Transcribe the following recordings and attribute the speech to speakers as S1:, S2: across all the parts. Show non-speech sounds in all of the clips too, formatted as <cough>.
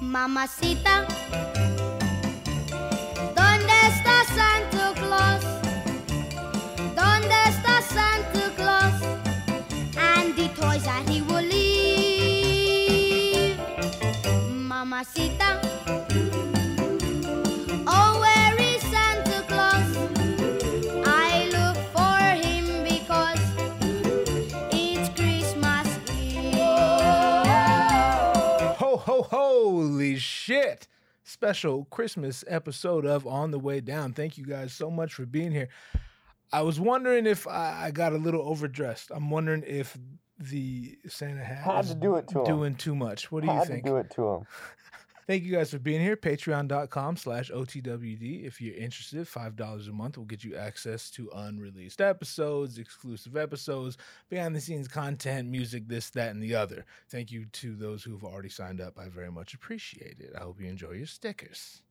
S1: Mamacita, ¿dónde está Santa Claus? ¿Dónde está Santa Claus? And the toys that he will leave. Mamacita, oh, where is Santa Claus? I look for him because it's Christmas Eve.
S2: Ho, ho, holy shit. Special Christmas episode of On the Way Down. Thank you guys so much for being here. I was wondering if I, I got a little overdressed. I'm wondering if the Santa hat
S3: Had
S2: is
S3: to do it to him.
S2: doing too much. What do you
S3: Had
S2: think?
S3: to do it to him.
S2: Thank you guys for being here. Patreon.com slash OTWD. If you're interested, $5 a month will get you access to unreleased episodes, exclusive episodes, behind the scenes content, music, this, that, and the other. Thank you to those who've already signed up. I very much appreciate it. I hope you enjoy your stickers.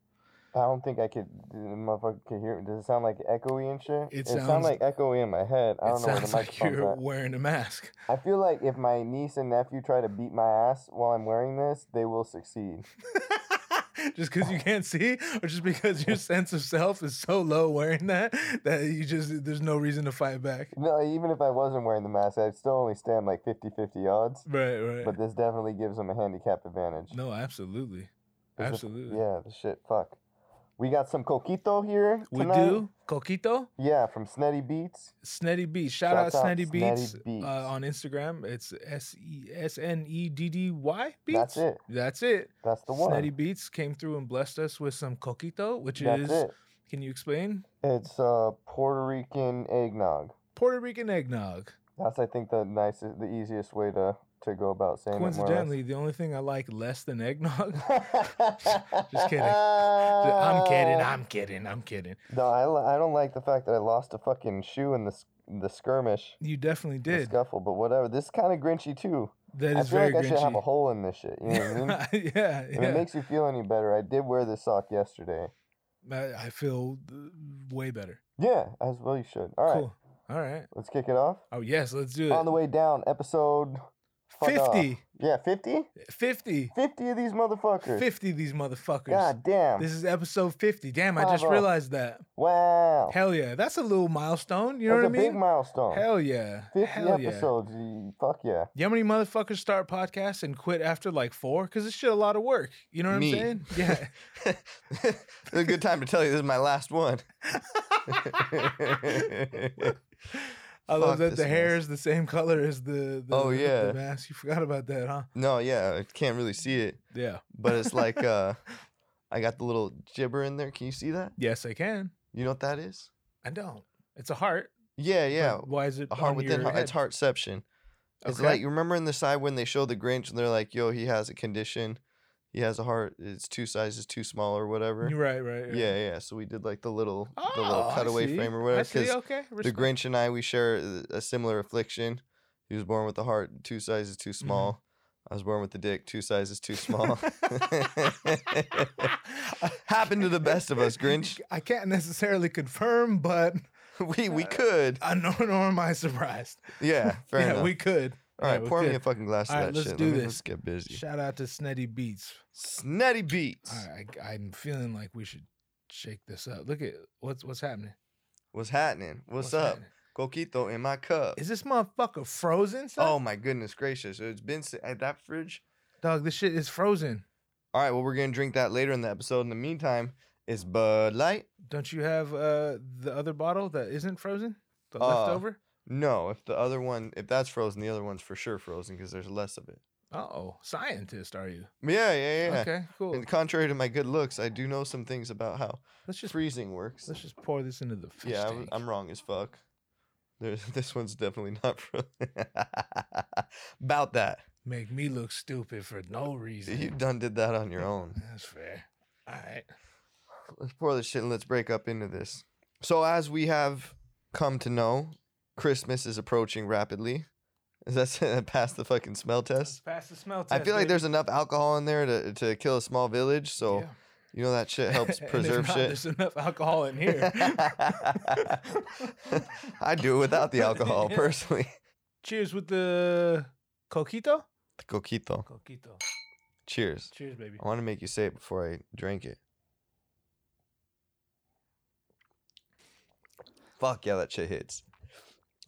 S3: I don't think I could. The motherfucker could hear. Does it sound like echoey and shit?
S2: It sounds-
S3: sounds like echoey in my head. I
S2: It
S3: don't know where the
S2: sounds <laughs> like
S3: microphone's
S2: you're
S3: at.
S2: wearing a mask. <laughs>
S3: I feel like if my niece and nephew try to beat my ass while I'm wearing this, they will succeed. <laughs>
S2: just because you can't see, or just
S3: <laughs>
S2: because your sense of self is so low wearing that that you just there's no reason to fight back.
S3: No, even if I wasn't wearing the mask, I'd still only stand like 50-50 odds.
S2: Right, right.
S3: But this definitely gives them a handicap advantage.
S2: no, absolutely.
S3: It's just-
S2: Absolutely.
S3: yeah, the shit. Fuck. We got some coquito here.
S2: We
S3: tonight.
S2: do. Coquito,
S3: Yeah, from Snetty Beats.
S2: Snetty Beats. Shout, out,
S3: Shouts out
S2: Snetty
S3: Snetty
S2: Beats,
S3: Beats.
S2: Uh, on Instagram. It's S E S N E D D Y Beats.
S3: That's it.
S2: That's it.
S3: That's the one.
S2: Snetty Beats came through and blessed us with some coquito, which
S3: That's
S2: is
S3: it.
S2: can you explain?
S3: It's uh, Puerto Rican eggnog.
S2: Puerto Rican eggnog.
S3: That's I think the nicest, the easiest way to to go about saying <laughs>
S2: Coincidentally, the only thing I like less than eggnog. <laughs>
S3: it. More or less.
S2: Just kidding.
S3: Uh,
S2: I'm kidding. I'm kidding. I'm kidding.
S3: No, I, li- I don't like the fact that I lost a fucking shoe in the s- the skirmish,
S2: You definitely
S3: the
S2: did.
S3: scuffle. But whatever. This is kind of grinchy too.
S2: That
S3: I
S2: is
S3: feel
S2: very
S3: like I should have a
S2: grinchy.
S3: hole in this shit. You
S2: <laughs>
S3: know what I mean?
S2: yeah,
S3: If it
S2: yeah.
S3: makes you feel any better, I did wear this sock yesterday.
S2: I I feel uh, way better.
S3: Yeah, as well you should. All right,
S2: Cool. All right.
S3: let's kick it off.
S2: Oh yes, let's do it.
S3: On the way down, episode fuck off.
S2: 50.
S3: Yeah, 50?
S2: 50.
S3: 50 of these motherfuckers.
S2: 50 these motherfuckers.
S3: God damn.
S2: This is episode 50. Damn, I just
S3: Bravo.
S2: realized that.
S3: wow.
S2: Hell yeah. That's a little milestone. You know
S3: That's
S2: what
S3: a
S2: I mean?
S3: big milestone.
S2: Hell yeah.
S3: 50
S2: Hell yeah.
S3: episodes. y- Fuck yeah.
S2: You know how many motherfuckers start podcasts and quit after like four? Because it's shit a lot of work. You know what
S4: Me.
S2: I'm
S4: <laughs>
S2: saying? Yeah.
S4: it's a good time to tell you <laughs> this is my last one. <laughs>
S2: I love
S4: Fuck
S2: that
S4: this
S2: the hair
S4: mask.
S2: is the same color as the, the
S4: Oh, yeah.
S2: the mask. You forgot about that, huh?
S4: no, yeah, I can't really see it,
S2: Yeah.
S4: but it's like uh, I got the little gibber in there. Can you see that?
S2: Yes, I can.
S4: You know what that is?
S2: I don't. It's a heart.
S4: Yeah,
S2: but
S4: yeah.
S2: Why is it
S4: A heart
S2: on
S4: within
S2: your
S4: heart.
S2: head?
S4: It's heartception. It's
S2: Okay.
S4: like you remember in the side when they show the Grinch and they're like, "Yo, he has a condition. He has a heart. It's two sizes too small or whatever."
S2: You're right, right. right.
S4: Yeah, yeah. So we did like the little the
S2: Oh,
S4: little
S2: I
S4: cutaway
S2: see.
S4: frame or
S2: I
S4: whatever
S2: see.
S4: because
S2: Okay.
S4: the
S2: respect.
S4: Grinch and I we share a- a similar affliction. He was born with a heart two sizes too
S2: Mm-hmm.
S4: small. I was born with a dick two sizes too small. <laughs> Happened to the best of
S2: <laughs>
S4: us, Grinch.
S2: <laughs>
S4: <laughs>
S2: I can't necessarily confirm, but <laughs>
S4: We
S2: Uh,
S4: we could.
S2: I know nor am I surprised.
S4: Yeah, fair
S2: yeah,
S4: enough.
S2: we could.
S4: All right,
S2: Yeah, we
S4: pour me
S2: could.
S4: a fucking glass of
S2: All right,
S4: that
S2: let's
S4: shit.
S2: do
S4: Let me-
S2: this.
S4: Let's get busy.
S2: Shout out to Snetty Beats.
S4: Snetty beats.
S2: All right, I, I'm feeling like we should shake this up. Look at what's what's happening.
S4: What's happening? What's, up?
S2: happening?
S4: Coquito in my cup.
S2: Is this motherfucker frozen? Son?
S4: Oh my goodness gracious! It's been si- at that fridge.
S2: dog, this shit is frozen.
S4: All right, well we're gonna drink that later in the episode. In the meantime, it's Bud Light.
S2: Don't you have uh the other bottle that isn't frozen? The
S4: Uh,
S2: leftover?
S4: No, if the other one, if that's frozen, the other one's for sure frozen because there's less of it.
S2: Uh oh, scientist, are you?
S4: Yeah, yeah, yeah.
S2: Okay, cool.
S4: And contrary to my good looks, I do know some things about how
S2: Let's just
S4: freezing works.
S2: let's just pour this into the fish
S4: Yeah, I
S2: tank.
S4: w- I'm wrong as fuck. There's, <laughs> this one's definitely not frozen. <laughs> about that.
S2: Make me look stupid for no reason.
S4: You done did that on your own.
S2: That's fair. All right.
S4: let's pour this shit and let's break up into this. So as we have come to know, Christmas is approaching rapidly. <laughs> Is that past the fucking smell
S2: Let's
S4: test?
S2: pass the smell test.
S4: I feel like
S2: baby.
S4: there's enough alcohol in there to, to kill a small village, so
S2: Yeah.
S4: you know that shit <laughs>
S2: <laughs>
S4: helps
S2: And if
S4: preserve
S2: not,
S4: shit. <laughs>
S2: There's enough alcohol in here.
S4: I do it without the alcohol
S2: Yeah. <laughs>
S4: personally. <laughs>
S2: Cheers with the coquito.
S4: Coquito.
S2: Coquito.
S4: Cheers.
S2: Cheers, baby.
S4: I want to make you say it before I drink it. Fuck yeah, that shit hits.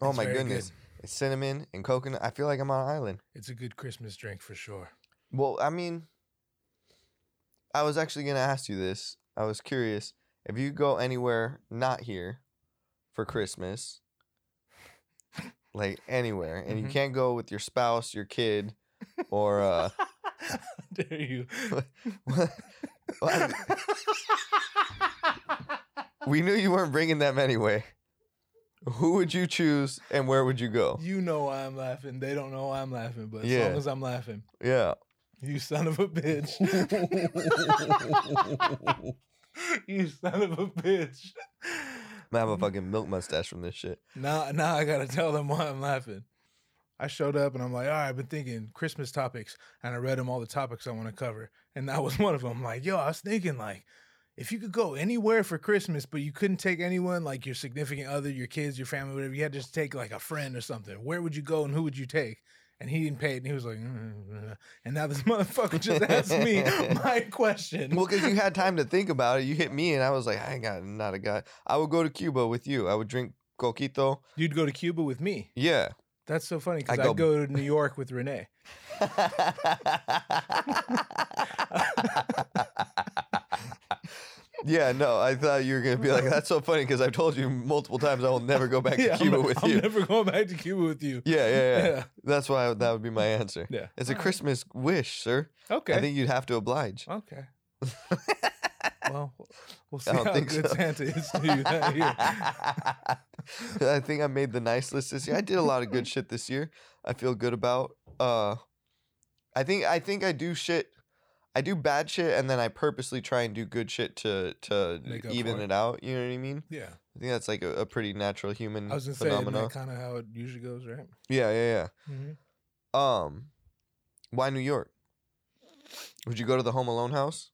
S4: Oh
S2: It's
S4: my
S2: very good.
S4: goodness. It's cinnamon and coconut. I feel like I'm on an island.
S2: It's a good Christmas drink for sure. <laughs>
S4: Well, I mean, I was actually going to ask you this. I was curious if you go anywhere not here for Christmas,
S2: <laughs>
S4: like anywhere, and
S2: Mhm.
S4: you can't go with your spouse, your kid, or
S2: <laughs>
S4: uh, <laughs>
S2: How dare you? <laughs>
S4: what- we knew you weren't bringing them anyway. Who would you choose and where would you go?
S2: you know why I'm laughing. They don't know why I'm laughing, but as
S4: Yeah.
S2: long as I'm laughing,
S4: Yeah.
S2: you son of a
S4: <laughs>
S2: bitch. <laughs> you son of a bitch.
S4: I'm gonna have a fucking milk mustache from this shit.
S2: Now, now I gotta <laughs> tell them why I'm laughing. I showed up and I'm like, all right, I've been thinking Christmas topics, and I read them all the topics I want to cover, and that was <laughs> one of them. like, yo, I was thinking like, if you could go anywhere for Christmas, but you couldn't take anyone like your significant other, your kids, your family, whatever, you had to just take like a friend or something. Where would you go and who would you take? And he didn't pay it, and he was like, "Mm-mm-mm." and now this <laughs> motherfucker just asked
S4: <laughs>
S2: me my question.
S4: Well, because you had time to think about it. You hit me and I was like, I ain't got not a guy. I would go to Cuba with you. I would drink coquito.
S2: You'd go to Cuba with me.
S4: Yeah. <laughs>
S2: That's so funny because
S4: I
S2: I,
S4: go-
S2: go to New York with Renee.
S4: yeah, no, I thought you were gonna be like, that's so funny because I've told you multiple times I will never go
S2: <laughs>
S4: back to
S2: I'm
S4: Cuba
S2: not-
S4: with
S2: I'm
S4: you.
S2: never going back to Cuba with you.
S4: Yeah, yeah, yeah,
S2: Yeah.
S4: That's why I- that would be my answer.
S2: Yeah.
S4: It's a
S2: All right.
S4: Christmas wish, sir.
S2: Okay.
S4: I think you'd have
S2: <laughs>
S4: to oblige.
S2: okay.
S4: <laughs>
S2: well, we'll see
S4: I don't
S2: how
S4: think
S2: good
S4: so.
S2: Santa is to you that
S4: <laughs>
S2: year.
S4: I think I made the nice list this year. I did a lot of good shit this year. I feel good about. Uh, I think I think I do shit. I do bad shit, and then I purposely try and do good shit to to
S2: Make up
S4: even
S2: for it.
S4: it out. You know what I mean?
S2: Yeah.
S4: I think that's like a, a pretty natural human
S2: I was gonna say isn't
S4: phenomenon.
S2: that kind of how it usually goes, right?
S4: yeah, yeah,
S2: Mhm.
S4: yeah. Um, why New York? Would you go to the Home Alone house?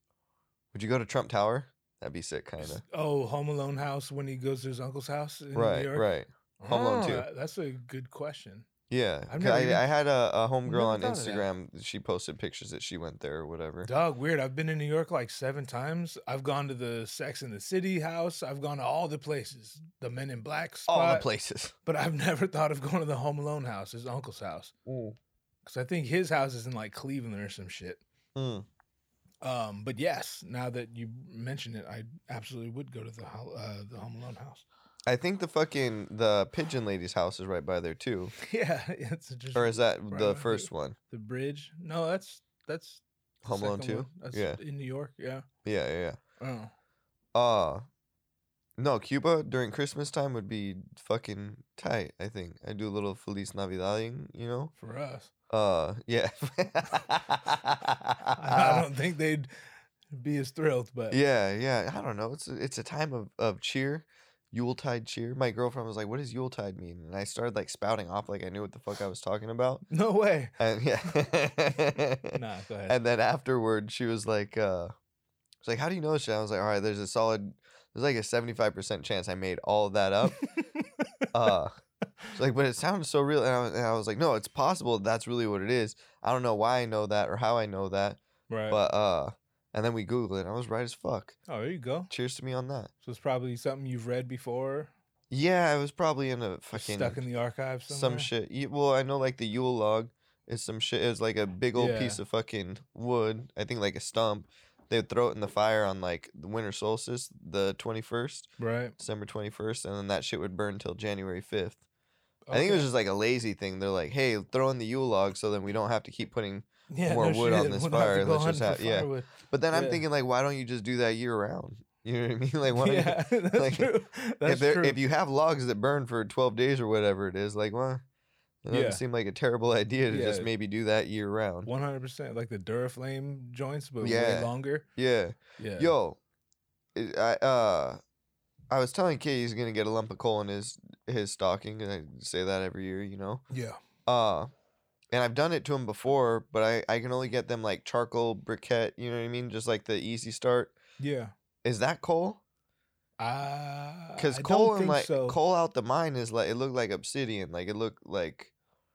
S4: Would you go to Trump Tower? That'd be sick, kind of.
S2: Oh, Home Alone house when he goes to his uncle's house in New
S4: Right,
S2: York.
S4: right. Home Alone
S2: Oh,
S4: too.
S2: that- That's a good question.
S4: Yeah,
S2: I've
S4: 'cause
S2: never
S4: I,
S2: even-
S4: I had a, a
S2: never
S4: homegirl on
S2: thought of that.
S4: Instagram. She posted pictures that she went there or whatever.
S2: Dog, weird. I've been in New York like seven times. I've gone to the Sex in the City house. I've gone to all the places, the Men in Black spot.
S4: All the places. <laughs>
S2: But I've <laughs> never thought of going to the Home Alone house, his uncle's house. Because I think his house is in like Cleveland or some shit.
S4: Mm.
S2: Um, but yes, now that you mention it, I absolutely would go to the ho- uh, the Home Alone house. <laughs>
S4: I think the fucking the pigeon lady's house is right by there too,
S2: yeah, <laughs> it's just
S4: or is that
S2: Right by
S4: the
S2: there.
S4: first one?
S2: the bridge. No, that's that's the
S4: Home Alone
S2: second
S4: two.
S2: one. That's
S4: Yeah,
S2: in New York. Yeah.
S4: yeah, yeah.
S2: Oh.
S4: yeah. Uh no, Cuba during Christmas time would be fucking tight. I think I do a little Feliz Navidading, you know.
S2: For
S4: <laughs>
S2: us, <laughs>
S4: Uh, yeah.
S2: I don't think they'd be as thrilled, but
S4: Yeah, yeah. I don't know. It's a, it's a time of, of cheer, Yuletide cheer. My girlfriend was like, "What does Yuletide mean?" And I started like spouting off like I knew what the fuck I was talking about.
S2: <laughs> no way.
S4: And yeah.
S2: Nah, go ahead.
S4: <laughs> and then afterward, she was like, uh, "She's like, how do you know this?" Shit? I was like, "All right, there's a solid, there's like a seventy five percent chance I made all of that up." uh, she's like, but it sounds so real. And I, was, and I was like, "No, it's possible. That's really what it is. I don't know why I know that or how I know that,
S2: <laughs> right.
S4: but uh." And then we Googled it. And I was right as fuck.
S2: oh, there you go.
S4: Cheers to me on that.
S2: So it's probably something you've read before,
S4: Yeah, I was probably in a fucking
S2: stuck in the archive somewhere.
S4: some shit. Ye- Well, I know like the Yule log is some shit. It was like a big old
S2: Yeah.
S4: piece of fucking wood. I think like a stump. They would throw it in the fire on like the winter solstice, the twenty first,
S2: Right.
S4: December twenty first, and then that shit would burn till January fifth. I think it
S2: Okay.
S4: was just like a lazy thing. They're like, hey, throw in the Yule log so then we don't have to keep putting.
S2: yeah,
S4: more wood on this
S2: We'll have to
S4: fire.
S2: go
S4: Let's just
S2: hunting
S4: have-
S2: for
S4: yeah.
S2: firewood.
S4: But then I'm
S2: Yeah.
S4: thinking like, why don't you just do that year round? You know what I mean? <laughs> Like, why? Don't you,
S2: yeah, <laughs> that's
S4: like,
S2: true. That's
S4: if, there,
S2: true.
S4: if you have logs that burn for 12 days or whatever it is, like, well, it doesn't
S2: Yeah.
S4: seem like a terrible <laughs> idea to just
S2: Yeah.
S4: maybe do that year round.
S2: One hundred percent, like the Duraflame joints, but way
S4: Yeah.
S2: longer.
S4: Yeah.
S2: Yeah.
S4: Yo, I, I, uh, I was telling Kay he's going to get a lump of coal in his, his stocking, and I say that every year, you know?
S2: Yeah.
S4: Uh, and I've done it to him before, but I, I can only get them like charcoal briquette, you know what I mean? Just like the easy start.
S2: Yeah.
S4: Is that coal?
S2: Because
S4: Because coal and like coal out the mine is like it looked like obsidian, like it looked like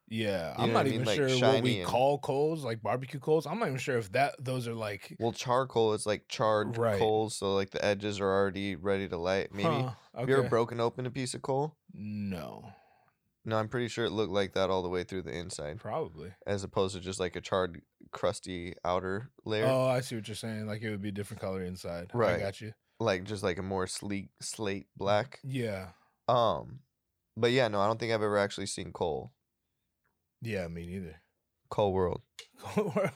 S2: Yeah,
S4: You
S2: I'm
S4: know
S2: not
S4: what I mean?
S2: even
S4: Like,
S2: sure what
S4: shiny
S2: we
S4: and-
S2: call coals, like barbecue coals. I'm not even sure if that those are like
S4: Well, charcoal is like charred
S2: Right.
S4: coals, so like the edges are already ready to light. Maybe
S2: huh,
S4: have you ever
S2: okay.
S4: broken open a piece of coal?
S2: No,
S4: No, I'm pretty sure it looked like that all the way through the inside,
S2: probably.
S4: as opposed to just like a charred, crusty outer layer,
S2: Oh, I see what you're saying. Like it would be a different color inside. I
S4: Right.
S2: got you.
S4: like just like a more sleek slate
S2: Mm.
S4: black.
S2: Yeah,
S4: Um, but yeah, no, I don't think I've ever actually seen coal.
S2: yeah, me neither.
S4: Coal world.
S2: <laughs>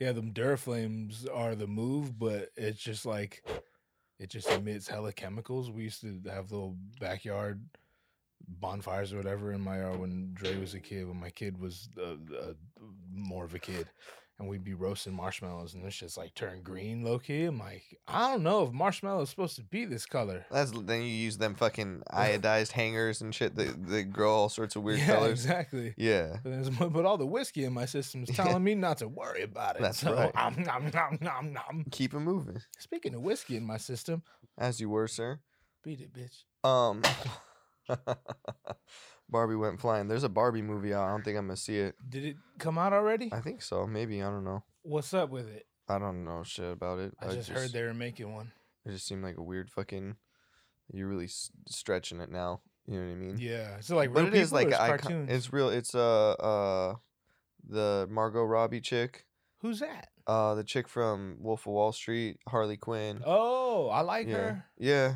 S2: yeah, them Duraflames are the move, but it's just like it just emits hella chemicals. We used to have little backyard bonfires or whatever in my yard when Dre was a kid, when my kid was uh, uh, more of a kid. And we'd be roasting marshmallows, and this shit's like turned green, low key. I'm like, I don't know if marshmallow is supposed to be this color.
S4: That's then you use them
S2: <laughs>
S4: fucking iodized hangers and shit that, that grow all sorts of <laughs> weird
S2: yeah,
S4: colors.
S2: exactly.
S4: Yeah.
S2: But, there's- but all the whiskey in my system is
S4: Yeah. <laughs>
S2: telling me not to worry about it.
S4: That's
S2: so,
S4: right.
S2: Om, nom, nom, nom, nom.
S4: Keep it moving,
S2: Speaking of whiskey in my system,
S4: as you were, sir.
S2: beat it, bitch. <laughs>
S4: Um, <laughs> Barbie went flying. There's a Barbie movie out. I don't think I'm gonna see it.
S2: Did it come out already?
S4: I think so. Maybe I don't know.
S2: What's up with it?
S4: I don't know shit about it.
S2: I, just, heard they were making one.
S4: It just seemed like a weird fucking. You're really s- stretching it now. You know what I mean?
S2: Yeah, it's like
S4: Mm-hmm. but
S2: real
S4: it is like
S2: like
S4: an icon.
S2: cartoons.
S4: It's real. It's uh uh, the Margot Robbie chick,
S2: Who's that?
S4: uh the chick from Wolf of Wall Street, Harley Quinn.
S2: Oh, I like
S4: yeah,
S2: her.
S4: yeah,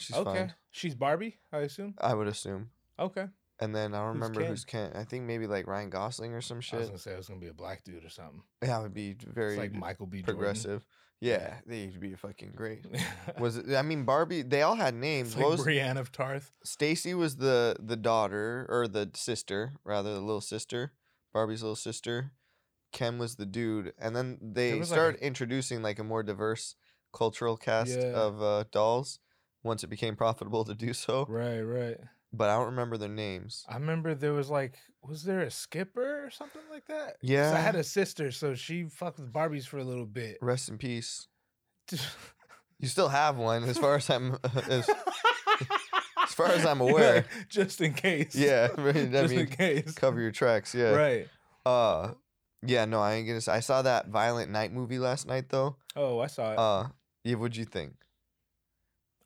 S4: she's
S2: okay,
S4: fine.
S2: she's Barbie, I assume.
S4: I would assume.
S2: Okay,
S4: And then I don't
S2: Who's
S4: remember
S2: Ken?
S4: who's Ken. I think maybe like Ryan Gosling or some
S2: I was
S4: shit.
S2: gonna say it was gonna be a black dude or something.
S4: Yeah, it would be very
S2: It's like Michael B. Jordan. <laughs>
S4: progressive. Yeah,
S2: Yeah.
S4: they'd be fucking
S2: <laughs>
S4: great.
S2: It's
S4: Was it, I mean Barbie? They all had names.
S2: like
S4: What was
S2: Brienne of Tarth.
S4: Stacy was the the daughter or the sister rather, the little sister, Barbie's little sister. Ken was the dude, and then they
S2: was like a-
S4: started introducing like a more diverse cultural cast
S2: Yeah.
S4: of uh, dolls once it became profitable to do so.
S2: Right, right.
S4: But I don't remember their names.
S2: I remember there was like, was there a skipper or something like that? 'Cause
S4: Yeah,
S2: I had a sister, so she fucked with Barbies for a little bit.
S4: rest in peace.
S2: <laughs>
S4: You still have one, as far as I'm <laughs> as, as far as
S2: <laughs>
S4: I'm aware.
S2: just in case. <laughs>
S4: Yeah, <laughs> I mean, I
S2: just in
S4: mean,
S2: case.
S4: cover your tracks. Yeah.
S2: Right.
S4: Uh, yeah. No, I ain't gonna. s- I saw that Violent Night movie last night though.
S2: Oh, I saw it.
S4: Uh, yeah. What'd you think?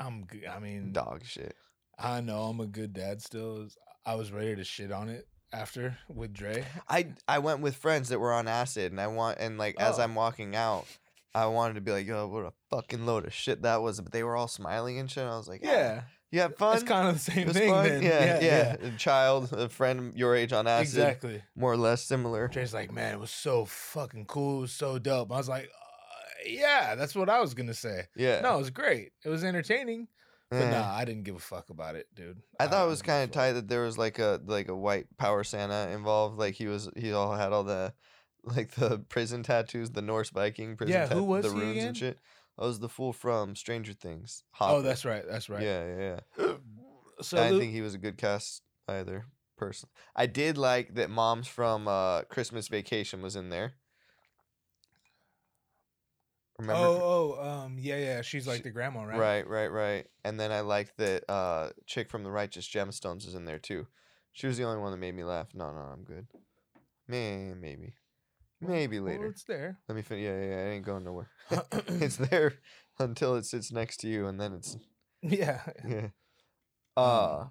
S2: I'm. g- I mean,
S4: Dog shit.
S2: I know I'm a good dad. Still, I was ready to shit on it after with Dre.
S4: I I went with friends that were on acid, and I want and like as
S2: Oh.
S4: I'm walking out, I wanted to be like, yo, what a fucking load of shit that was. But they were all smiling and shit. And I was like, ah,
S2: Yeah,
S4: you had fun.
S2: it's kind of the
S4: It
S2: same
S4: was
S2: thing.
S4: fun?
S2: Then.
S4: yeah, A child, a friend your age on acid,
S2: Exactly.
S4: more or less similar.
S2: Dre's like, man, it was so fucking cool, it was so dope. I was like, uh, yeah, that's what I was gonna say.
S4: Yeah.
S2: No, it was great. It was entertaining, but
S4: Eh.
S2: nah, I didn't give a fuck about it, dude.
S4: I thought it
S2: didn't
S4: was
S2: give a
S4: kind of
S2: fuck.
S4: tight that there was like a like a white power Santa involved. Like he was he all had all the like the prison tattoos, the Norse Viking prison.
S2: Yeah, who
S4: tat-
S2: was
S4: the
S2: he
S4: runes
S2: again?
S4: and shit. I was the fool from Stranger Things.
S2: Oh,
S4: Hopper.
S2: that's right. That's right.
S4: Yeah, yeah. yeah.
S2: <gasps> So
S4: I didn't
S2: Luke-
S4: think he was a good cast either. Personally, I did like that. Mom's from uh, Christmas Vacation was in there. Remember?
S2: Oh, oh, um, yeah, yeah. She's like
S4: She-
S2: the grandma, right?
S4: Right, right, right. And then I liked that uh chick from the Righteous Gemstones is in there too. She was the only one that made me laugh. No, no, I'm good. May maybe. Maybe
S2: Oh, Well,
S4: later.
S2: it's
S4: <laughs>
S2: there.
S4: Let me finish. Yeah, yeah, yeah, it ain't
S2: <clears throat>
S4: going nowhere. it's there <laughs> until it sits next to you and then it's
S2: <laughs> yeah.
S4: <laughs>
S2: Hmm.
S4: yeah.
S2: Um,
S4: Uh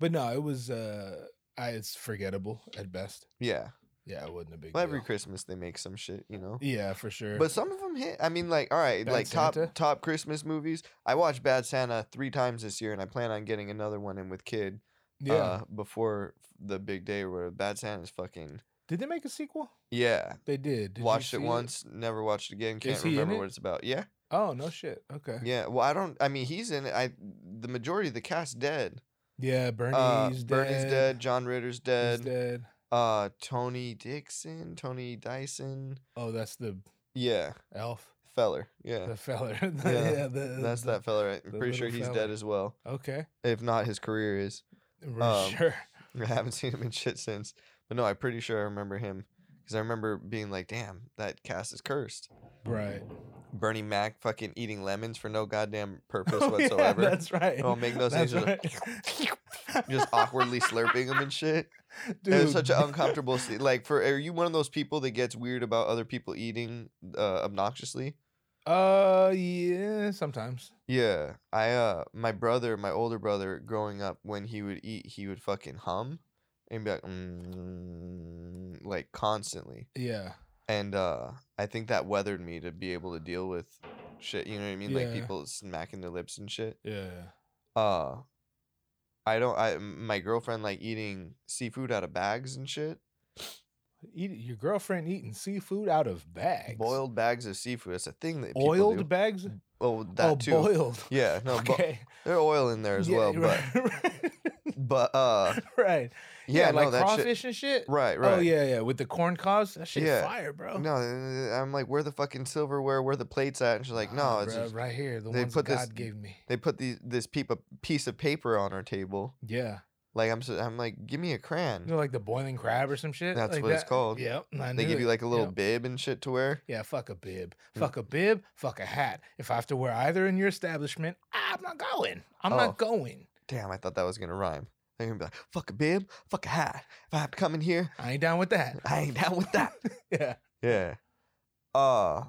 S2: but no, it was. uh I, It's forgettable at best.
S4: yeah.
S2: Yeah, it wasn't a big.
S4: Well, every
S2: deal.
S4: Christmas they make some shit, you know.
S2: Yeah, for sure.
S4: But some of them hit. I mean, like, all right,
S2: Bad
S4: like
S2: Santa?
S4: top top Christmas movies. I watched Bad Santa three times this year, and I plan on getting another one in with Kid.
S2: yeah,
S4: uh, before the big day or whatever. Bad Santa's fucking
S2: did they make a sequel?
S4: yeah.
S2: They did. Did you
S4: watched
S2: see
S4: it once, never watched it again. Can't
S2: he in
S4: remember
S2: it?
S4: what it's about. Yeah,
S2: Oh no, shit. Okay. Yeah,
S4: yeah. Well, I don't. I mean, he's in it. I the majority of the cast dead.
S2: Bernie's,
S4: Uh,
S2: dead.
S4: Bernie's dead. John Ritter's
S2: He's
S4: dead.
S2: dead.
S4: Uh, Tony Dixon, Tony Dyson.
S2: Oh, that's the
S4: Yeah,
S2: elf,
S4: feller. Yeah,
S2: the feller. <laughs> yeah, the,
S4: that's
S2: the-
S4: that feller. I'm
S2: the
S4: pretty sure
S2: little
S4: he's dead
S2: feller.
S4: as well.
S2: Okay,
S4: If not, his career is. <laughs>
S2: for
S4: Um,
S2: sure.
S4: I haven't seen him in shit since. But no, I'm pretty sure I remember him because I remember being like, "Damn, that cast is cursed." <laughs>
S2: Right.
S4: Bernie Mac fucking
S2: <laughs>
S4: eating lemons for no goddamn purpose
S2: Oh, yeah, <laughs>
S4: whatsoever.
S2: that's right.
S4: Oh, make no sense.
S2: That's
S4: Just
S2: right.
S4: like, <laughs> just awkwardly slurping them
S2: <laughs>
S4: and shit.
S2: Dude.
S4: It was such an
S2: <laughs>
S4: uncomfortable scene. Like, for are you one of those people that gets weird about other people eating uh, obnoxiously?
S2: Uh, yeah, sometimes.
S4: Yeah, I uh, my brother, my older brother, growing up, when he would eat, he would fucking hum and be like, mm, like constantly.
S2: Yeah.
S4: And uh, I think that weathered me to be able to deal with shit. You know what I mean? Like
S2: Yeah.
S4: people smacking their lips and shit.
S2: Yeah.
S4: Uh, I don't. I my girlfriend like eating seafood out of bags and shit.
S2: Eat, your girlfriend eating seafood out of bags.
S4: Boiled bags of seafood. That's a thing that people
S2: Oiled
S4: do.
S2: bags?
S4: Oh, that
S2: oh,
S4: too.
S2: boiled.
S4: Yeah,
S2: <laughs>
S4: no, bo-
S2: okay.
S4: there's oil in there as
S2: Yeah,
S4: well.
S2: right, <laughs>
S4: But but uh,
S2: right.
S4: yeah, no,
S2: like
S4: that shit.
S2: crawfish and shit.
S4: Right, right.
S2: Oh yeah, yeah. With the corn cobs, that shit
S4: Yeah.
S2: fire, bro.
S4: No, uh, I'm like, where the fucking silverware? Where the plates at? And she's like, no,
S2: Nah,
S4: it's
S2: bruh,
S4: just-
S2: right here. The
S4: they
S2: ones
S4: put
S2: that
S4: this-
S2: God gave me.
S4: they put these this peep a piece of paper on our table.
S2: Yeah,
S4: Like I'm, so, I'm like, give me a crayon.
S2: you know, like the boiling crab or some shit.
S4: That's
S2: like
S4: what it's
S2: that?
S4: called.
S2: Yep. I
S4: they
S2: knew
S4: give you
S2: it.
S4: like a little
S2: Yep.
S4: bib and shit to wear.
S2: Yeah, fuck a bib.
S4: Mm.
S2: Fuck a bib. Fuck a hat. If I have to wear either in your establishment, I'm not going. I'm
S4: Oh.
S2: not going.
S4: Damn, I thought that was gonna rhyme. They're gonna be like, fuck a bib, fuck a hat. If I have to come in here, <laughs>
S2: I ain't down with that.
S4: I ain't down with
S2: <laughs>
S4: that.
S2: yeah.
S4: Yeah. Uh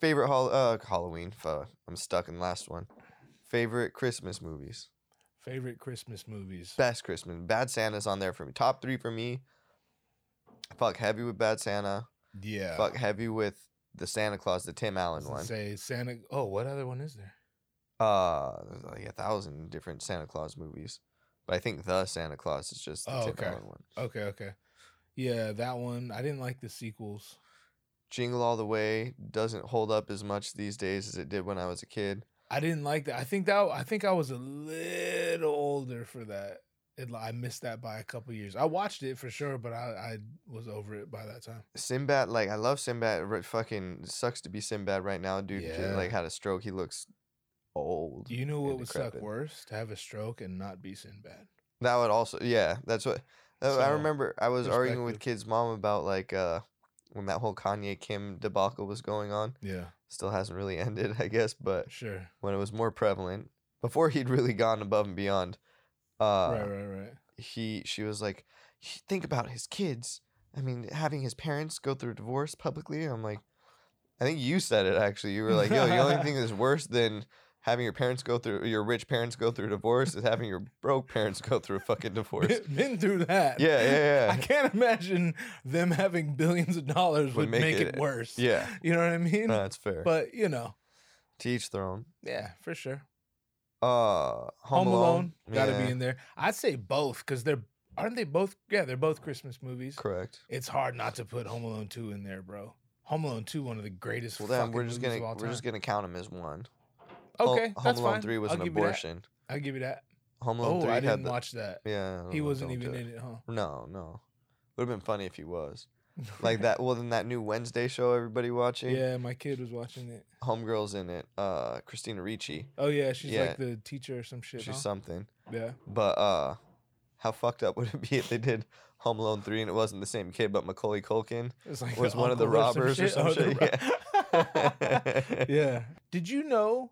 S4: favorite hol- uh Halloween. Fuck, I'm stuck in last one. Favorite Christmas movies.
S2: Favorite Christmas movies.
S4: Best Christmas. Bad Santa's on there for me. Top three for me. Fuck heavy with Bad Santa.
S2: Yeah.
S4: Fuck heavy with the Santa Claus, the Tim
S2: I was
S4: Allen
S2: gonna
S4: one.
S2: Say Santa. Oh, what other one is there?
S4: Uh, there's like a thousand different Santa Claus movies, but I think the Santa Claus is just the
S2: Oh,
S4: Tim
S2: okay.
S4: Allen one.
S2: Okay, okay. Yeah, that one. I didn't like the sequels.
S4: Jingle All the Way doesn't hold up as much these days as it did when I was a kid.
S2: I didn't like that. I think that I think I was a little older for that. It, I missed that by a couple years. I watched it for sure, but I, I was over it by that time.
S4: Sinbad, like I love Sinbad. Right, fucking sucks to be Sinbad right now, dude. j-
S2: Yeah.
S4: Like had a stroke. He looks old.
S2: You know what
S4: And
S2: would suck
S4: decrepit.
S2: worse? To have a stroke and not be Sinbad.
S4: That would also, yeah. That's what that- I
S2: So,
S4: remember. I was arguing with
S2: perspective.
S4: kids' mom about like uh when that whole Kanye Kim debacle was going on.
S2: Yeah,
S4: Still hasn't really <laughs> ended, I guess, but
S2: sure.
S4: when it was more prevalent, before he'd really gone above and beyond. Uh,
S2: right, right, right.
S4: he she was like "He- think about his kids i mean having his parents go through a divorce publicly i'm like i think you said it actually you were like yo
S2: <laughs>
S4: the only thing that's worse than having your parents go through your rich parents go through a divorce is having your broke parents go through a fucking divorce
S2: <laughs> Been, been through that.
S4: Yeah, yeah, yeah.
S2: <laughs> I can't imagine them having billions of dollars would, make, it, worse. <laughs>
S4: yeah Uh,
S2: You know what I mean?
S4: no, that's fair
S2: but you know,
S4: to each their own
S2: yeah, for sure.
S4: uh
S2: Home, Alone, gotta
S4: Yeah,
S2: be in there. I'd say both because they're aren't they both? Yeah, they're both Christmas movies.
S4: correct
S2: It's hard not to put Home Alone two in there, bro. Home Alone two, one of the greatest.
S4: well
S2: fucking
S4: then we're just
S2: movies
S4: gonna
S2: of all
S4: we're just
S2: time.
S4: gonna count him as one Hol-
S2: okay.
S4: home
S2: that's
S4: alone
S2: fine.
S4: 3 was
S2: I'll
S4: an
S2: give you that.
S4: abortion
S2: I'll give you that.
S4: home alone
S2: Oh,
S4: 3
S2: I
S4: had
S2: didn't
S4: the,
S2: watch that.
S4: yeah
S2: He wasn't
S4: in
S2: even
S4: it.
S2: in it, huh?
S4: No, no. Would have been funny if
S2: <laughs>
S4: he was. Like that well then that new Wednesday show everybody watching.
S2: Yeah, my kid was watching it.
S4: Homegirl's in it. Uh Christina Ricci.
S2: Oh yeah, she's
S4: Yeah.
S2: like the teacher or some shit.
S4: She's
S2: huh?
S4: something.
S2: yeah.
S4: But uh how fucked up <laughs> would it be if they did Home Alone three and it wasn't the same kid but
S2: <laughs>
S4: Macaulay Culkin? <laughs>
S2: It's like
S4: Was one of the
S2: uncle <laughs>
S4: robbers or some
S2: Oh, the
S4: shit,
S2: ro-
S4: <laughs>
S2: yeah. Did you know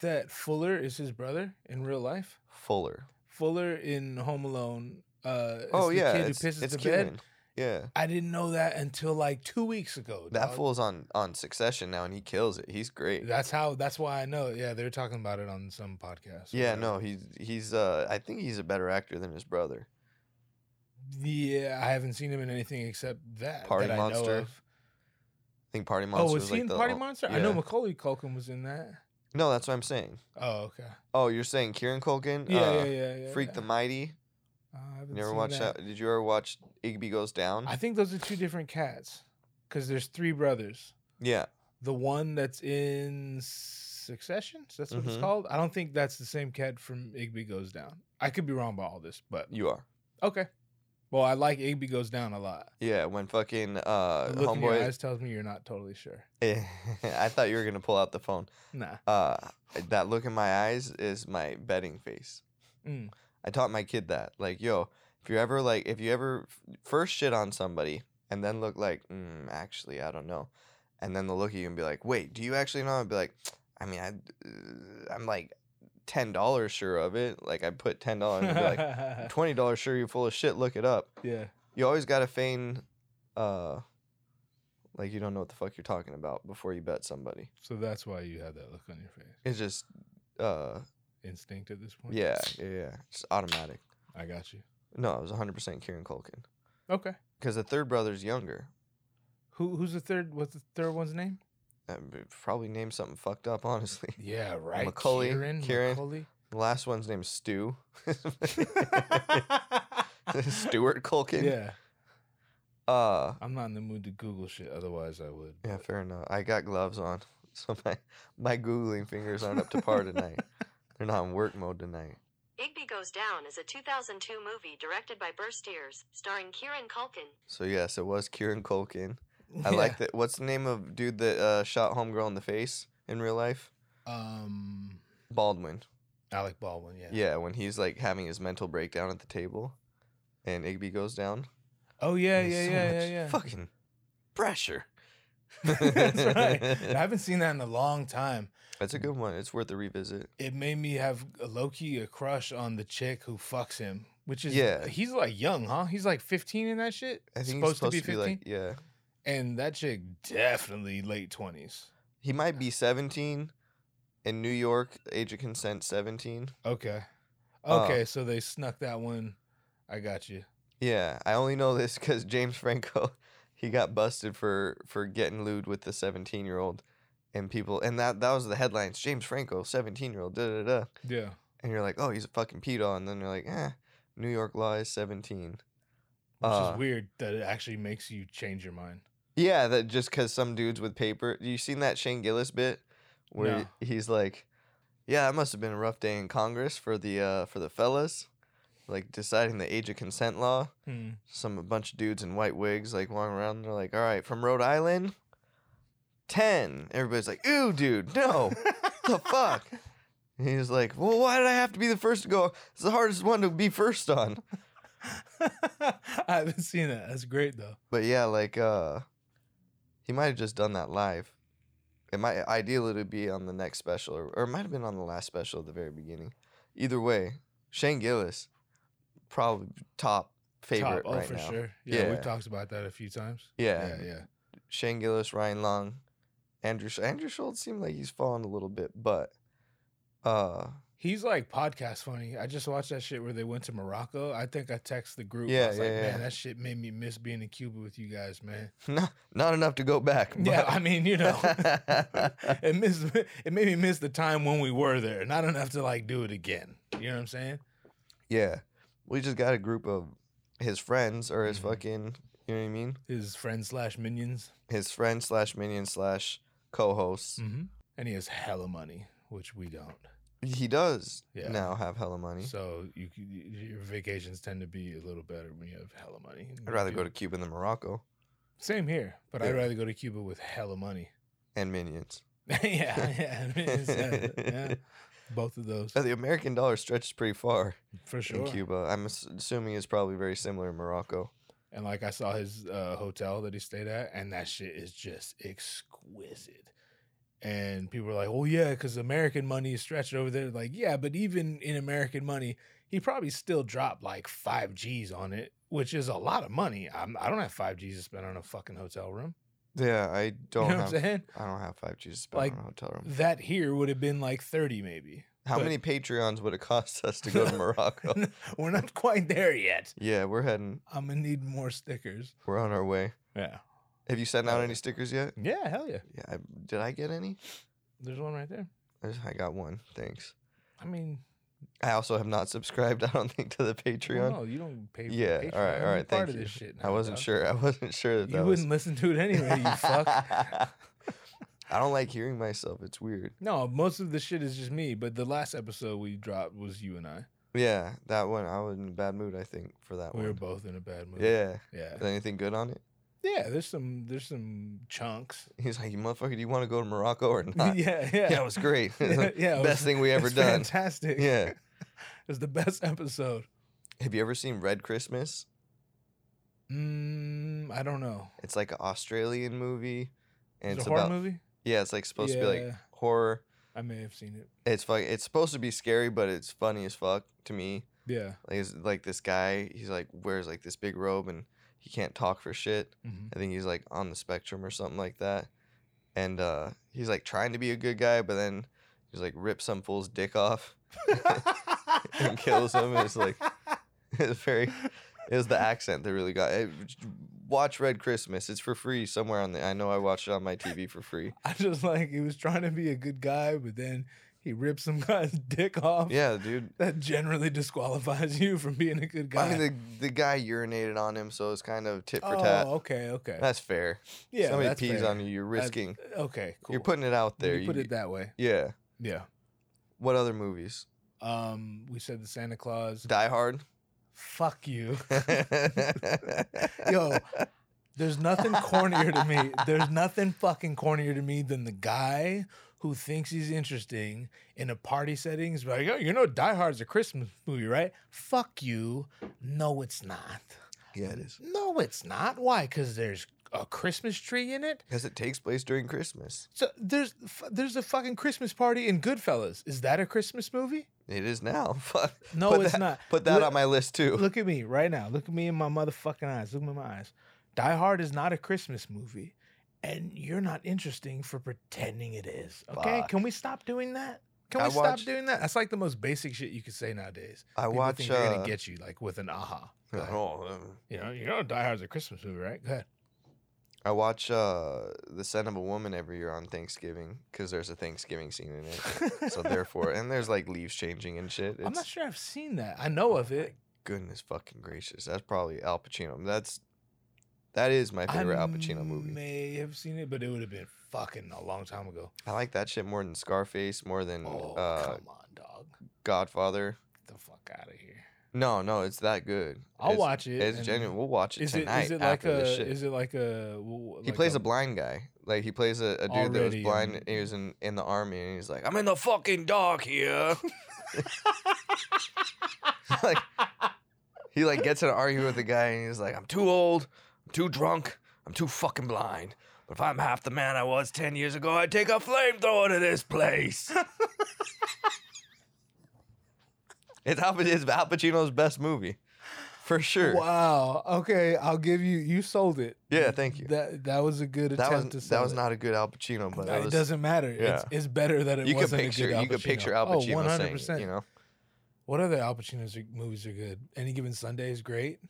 S2: that Fuller is his brother in real life?
S4: Fuller.
S2: Fuller in Home Alone. Uh, is
S4: oh
S2: the
S4: yeah.
S2: kid
S4: It's,
S2: who pisses
S4: it's
S2: the bed.
S4: Kieran. Yeah.
S2: I didn't know that until like two weeks ago.
S4: That
S2: dog.
S4: fool's on on succession now and he kills it. He's great.
S2: That's how. That's why I know. Yeah, they were talking about it on some podcast. or
S4: yeah,
S2: whatever.
S4: no, he's he's uh I think he's a better actor than his brother.
S2: Yeah, I haven't seen him in anything except that.
S4: Party
S2: that I
S4: Monster.
S2: Know of.
S4: I think Party Monster
S2: oh, was
S4: was,
S2: he
S4: like
S2: in
S4: the
S2: Party
S4: o-
S2: Monster? I know
S4: yeah.
S2: Macaulay Culkin was in that.
S4: No, that's what I'm saying.
S2: Oh, okay.
S4: Oh, you're saying Kieran Culkin?
S2: Yeah, yeah,
S4: uh,
S2: yeah, yeah.
S4: Freak
S2: yeah.
S4: the Mighty.
S2: Oh, I haven't
S4: Never
S2: seen
S4: watched that. Did you ever watch Igby Goes Down?
S2: I think those are two different cats because there's three brothers.
S4: yeah.
S2: The one that's in Succession, so that's what it's
S4: Mhm.
S2: called. I don't think that's the same cat from Igby Goes Down. I could be wrong about all this, but
S4: You are.
S2: okay. Well, I like Igby Goes Down a lot.
S4: Yeah, when fucking uh
S2: The look in your
S4: homeboy
S2: eyes tells me you're not totally sure.
S4: <laughs> I thought you were gonna pull out the phone.
S2: Nah.
S4: Uh that look in my eyes is my betting face.
S2: Mm.
S4: I taught my kid that. Like, yo, if you ever like if you ever f- first shit on somebody and then look like, mm, actually, I don't know. And then they'll look at you and be like, wait, do you actually know? And be like, I mean, I, uh, I'm like ten dollars sure of it. Like I put ten dollars Oh, and be
S2: <laughs>
S4: like twenty dollars sure you're full of shit. Look it up.
S2: yeah.
S4: You always gotta feign, uh, like you don't know what the fuck you're talking about before you bet somebody.
S2: So that's why you had that look on your face.
S4: It's just, uh,
S2: Instinct at this point.
S4: yeah, yeah, yeah. It's automatic.
S2: I got you.
S4: No, it was 100 percent Kieran Culkin
S2: Okay.
S4: because the third brother's younger.
S2: Who who's the third? What's the third one's name?
S4: That Uh, b- probably named something fucked up, honestly.
S2: <laughs> Yeah, right.
S4: Macaulay,
S2: Kieran.
S4: Kieran.
S2: Macaulay.
S4: <laughs>
S2: <laughs>
S4: The last one's named Stu. <laughs> Stuart Culkin.
S2: yeah,
S4: Uh,
S2: I'm not in the mood to Google shit. Otherwise, I would.
S4: yeah, fair enough. I got gloves on, <laughs> so my my googling fingers aren't up to par tonight. They're not in work mode tonight.
S5: Igby Goes Down is a 2002 movie directed by Bursteers, starring Kieran Culkin.
S4: So yes, it was Kieran Culkin. I
S2: Yeah.
S4: like that. What's the name of dude that uh, shot homegirl in the face in real life?
S2: <laughs> Um,
S4: Baldwin.
S2: Alec Baldwin. Yeah.
S4: Yeah, when he's like having his mental breakdown at the table, and Igby goes down.
S2: Oh yeah,
S4: There's
S2: yeah,
S4: so
S2: yeah,
S4: much
S2: yeah, yeah.
S4: Fucking pressure.
S2: <laughs> That's
S4: <laughs>
S2: right. I haven't seen that in a long time.
S4: That's a good one. It's worth a revisit.
S2: It made me have a low key a crush on the chick who fucks him, which is
S4: Yeah.
S2: He's like young, huh? He's like 15 in that shit.
S4: I think he's
S2: supposed,
S4: supposed
S2: to be 15,
S4: like yeah.
S2: and that chick definitely late 20s.
S4: He might be seventeen. In New York, age of consent seventeen.
S2: Okay.
S4: Uh,
S2: Okay, so they snuck that one. I got you.
S4: Yeah, I only know this because James Franco, <laughs> he got busted for for getting lewd with the seventeen year old, and people and that that was the headlines. James Franco, seventeen year old, da da da.
S2: Yeah.
S4: and you're like, oh, he's a fucking pedo, and then you're like, eh, New York law is 17.
S2: Which
S4: Uh,
S2: is weird that it actually makes you change your mind.
S4: Yeah, that just because some dudes with paper. You seen that Shane Gillis bit where
S2: No.
S4: he's like, yeah, it must have been a rough day in Congress for the uh, for the fellas, like deciding the age of consent law.
S2: Hmm. <laughs>
S4: Some a bunch of dudes in white wigs like walking around. And they're like, all right, from Rhode Island, ten. Everybody's like, ooh, dude, no. the fuck? And he's like, well, why did I have to be the first to go? It's the hardest one to be first on.
S2: I haven't seen that. That's great though.
S4: But yeah, like, uh, he might have just done that live. It might ideally to be on the next special, or, or it might have been on the last special at the very beginning. Either way, Shane Gillis, probably top
S2: Top.
S4: favorite
S2: Oh,
S4: right
S2: for
S4: now.
S2: sure. Yeah,
S4: Yeah.
S2: we've talked about that a few times.
S4: Yeah.
S2: Yeah, yeah.
S4: Shane Gillis, Ryan Long, Andrew Sch- Andrew Schultz seemed like he's fallen a little bit, but uh, <laughs>
S2: He's like podcast funny. I just watched that shit where they went to Morocco. I think I text the group. I
S4: Yeah,
S2: was like,
S4: yeah,
S2: man,
S4: yeah.
S2: that shit made me miss being in Cuba with you guys,
S4: <laughs>
S2: man.
S4: not not enough to
S2: <laughs>
S4: go back.
S2: Yeah,
S4: but-
S2: I mean, you
S4: <laughs>
S2: know, it missed, it made me miss the time when we were there. Not enough to like do it again. You know what I'm saying?
S4: Yeah. We just got a group of his friends or his
S2: Mhm.
S4: fucking, you know what I mean?
S2: His friends slash minions.
S4: His friend slash minion slash co hosts.
S2: Mm-hmm. And he has hella money, which we don't.
S4: He does
S2: Yeah.
S4: now have hella money.
S2: So you, c- your vacations tend to be a little better when you have hella money.
S4: I'd rather go to Cuba than Morocco
S2: Same here, but
S4: Yeah.
S2: I'd rather go to Cuba with hella money. <laughs>
S4: and minions.
S2: yeah, yeah, it's, uh,
S4: <laughs>
S2: yeah. Both of those
S4: So the American dollar stretches pretty far
S2: for
S4: in
S2: sure.
S4: Cuba. I'm ass- assuming it's probably very similar in Morocco.
S2: And like I saw his uh, hotel that he stayed at, and that shit is just exquisite. And people were like, "Oh yeah, because American money is stretched over there." Like, yeah, but even in American money, he probably still dropped like five G's on it, which is a lot of money. I'm, I don't have five G's to spend on a fucking hotel room. <laughs>
S4: Yeah, I
S2: You
S4: don't
S2: know
S4: have
S2: what I'm saying?
S4: I don't have five G's to spend
S2: Like,
S4: on a hotel room.
S2: That here would have been like thirty, maybe. <laughs>
S4: How
S2: but-
S4: many Patreons would it cost <laughs> us to go
S2: <laughs>
S4: to Morocco?
S2: we're not quite there yet.
S4: yeah, we're heading
S2: I'm gonna need more stickers.
S4: we're on our way.
S2: Yeah.
S4: Have you sent out
S2: Oh,
S4: any
S2: yeah.
S4: stickers yet?
S2: Yeah. Hell yeah.
S4: Yeah, I, did I get any?
S2: There's one right there.
S4: I just- I got one. Thanks.
S2: I mean,
S4: I also have not subscribed. <laughs> I don't think to the Patreon.
S2: No, you don't pay. For
S4: yeah.
S2: Patreon.
S4: All right. All
S2: You're part
S4: right. Thank
S2: of
S4: you.
S2: this shit
S4: I
S2: now,
S4: wasn't
S2: dog.
S4: sure. <laughs> I wasn't sure that
S2: You
S4: that
S2: wouldn't
S4: was.
S2: listen to it <laughs> anyway.
S4: <laughs>
S2: You fuck.
S4: I don't like hearing myself. It's weird.
S2: No, most of the shit is just me. But the last episode we dropped was you and I.
S4: Yeah, that one. I was in a bad mood. I think for that
S2: We
S4: one.
S2: were both in a bad mood.
S4: yeah.
S2: Yeah.
S4: Is anything good on it?
S2: Yeah. There's some. There's some chunks.
S4: He's like, you motherfucker, do you want to go to
S2: <laughs>
S4: Morocco or <laughs> not?
S2: yeah. Yeah.
S4: yeah,
S2: <laughs>
S4: it was great. <laughs>
S2: Yeah, yeah, it
S4: Best
S2: was- <laughs>
S4: thing we ever
S2: it's
S4: done.
S2: Fantastic.
S4: Yeah.
S2: It's the best episode.
S4: Have you ever seen Red Christmas?
S2: Mm, I don't know.
S4: It's like an Australian movie, and
S2: Is it
S4: it's
S2: a horror
S4: about
S2: movie.
S4: yeah, it's like supposed to be like
S2: Yeah.
S4: horror,
S2: I may have seen it.
S4: It's fuck. It's supposed to be scary, but it's funny as fuck to me.
S2: Yeah.
S4: Like, it's like this guy, he's like wears like this big robe and he can't talk for shit.
S2: hmm
S4: I think he's like on the spectrum or something like that. And uh, he's like trying to be a good guy, but then he's like rips some fool's dick off. <laughs>
S2: mm-hmm.
S4: And kills him, and it's like- <laughs> it's very. It was the accent that really got. It, watch Red Christmas. It's for free somewhere on the. I know I watched it on my TV for free.
S2: <laughs> I just like he was trying to be a good guy, but then he ripped some <laughs> guy's dick off.
S4: Yeah, dude.
S2: That generally disqualifies <laughs> you from being a good guy.
S4: I mean, the <laughs> the guy urinated on him, so it's kind of tit for
S2: oh,
S4: tat.
S2: okay, okay.
S4: That's fair.
S2: yeah,
S4: Somebody
S2: that's
S4: pees
S2: fair.
S4: on you. You're
S2: That's-
S4: risking.
S2: Okay, cool.
S4: You're putting it out there.
S2: You put
S4: you-
S2: it that way.
S4: yeah.
S2: Yeah.
S4: What other movies?
S2: Um, we said the Santa Claus.
S4: Die Hard. <laughs>
S2: Fuck you. Yo, There's nothing cornier to me. There's nothing fucking cornier to me than the guy who thinks he's interesting in a party setting. He's like, yo, you know, Die Hard's a Christmas movie, right? Fuck you. No, it's not.
S4: Yeah, it is.
S2: No, it's not. Why? Because there's a Christmas tree in it.
S4: Because it takes place during Christmas.
S2: So there's f- there's a fucking Christmas party in Goodfellas. Is that a Christmas movie?
S4: It is now. <laughs> Fuck.
S2: No,
S4: Put
S2: it's
S4: that-
S2: not.
S4: Put that
S2: Look-
S4: on my list too.
S2: Look at me right now. Look at me in my motherfucking eyes. Look at me in my eyes. Die Hard is not a Christmas movie, and you're not interesting for pretending it is. Okay,
S4: Fuck.
S2: can we stop doing that? Can
S4: I
S2: we stop
S4: watched-
S2: doing that? That's like the most basic shit you could say nowadays.
S4: I
S2: People
S4: watch.
S2: think they're
S4: Uh,
S2: gonna get you like with an aha. Go ahead.
S4: oh, um,
S2: You know, you know, Die Hard's a Christmas movie, right? Go ahead.
S4: I watch uh, The Son of a Woman every year on Thanksgiving because there's a Thanksgiving scene in it. so therefore, and there's like leaves changing and shit. It's,
S2: <laughs> I'm not sure I've seen that. I know of it.
S4: Goodness fucking gracious, that's probably Al Pacino. That's that is my favorite
S2: I
S4: Al Pacino movie.
S2: May have seen it, but it would have been fucking a long time ago.
S4: I like that shit more than Scarface, more than
S2: Oh
S4: uh,
S2: come on, dog!
S4: Godfather.
S2: Get the fuck out of here.
S4: No, no, it's that good.
S2: I'll
S4: It's-
S2: watch it.
S4: It's
S2: and-
S4: genuine. We'll watch it
S2: Is it
S4: tonight
S2: is it like
S4: after this
S2: a
S4: shit.
S2: is it like a w-
S4: he
S2: like
S4: plays a, blind guy. Like he plays a, a dude that
S2: Already,
S4: was blind.
S2: um,
S4: and he was in, in the army, and he's like, "I'm in the fucking dark here." <laughs> like he like gets in an argument with the guy, and he's like, "I'm too old. I'm too drunk. I'm too fucking blind. But if I'm half the man I was ten years ago, I'd take a flamethrower to this place." it's Al, Pac- it's Al Pacino's best movie, for <laughs> sure.
S2: Wow. Okay, I'll give you you sold it.
S4: Yeah, thank you.
S2: That that was a good
S4: That
S2: attempt
S4: was
S2: to
S4: that
S2: sell
S4: was
S2: it.
S4: not a good Al Pacino, but that
S2: it
S4: was,
S2: doesn't matter. It's,
S4: yeah.
S2: it's better that it
S4: you could
S2: wasn't a
S4: picture
S2: good Al
S4: you could
S2: Pacino.
S4: picture Al
S2: Oh,
S4: Pacino saying,
S2: 100%.
S4: it, you know,
S2: What other Al Pacino's are, movies are good? Any Given Sunday is great.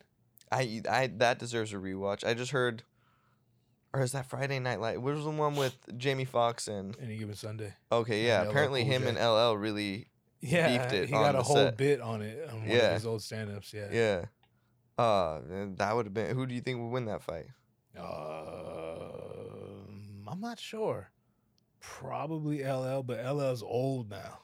S4: I I that deserves a rewatch. I just heard, or is that Friday Night Light? What was the one with Jamie Foxx and?
S2: Any Given Sunday.
S4: Okay, yeah,
S2: LL
S4: apparently
S2: Cool
S4: him
S2: J.
S4: and LL really,
S2: Yeah,
S4: Beefed it
S2: he got
S4: on
S2: a
S4: the
S2: whole
S4: set.
S2: bit on it on one of
S4: Yeah.
S2: his old stand-ups. Yeah.
S4: yeah, uh, that would have been. Who do you think would win that fight?
S2: Um, I'm not sure. Probably LL, but LL's old now.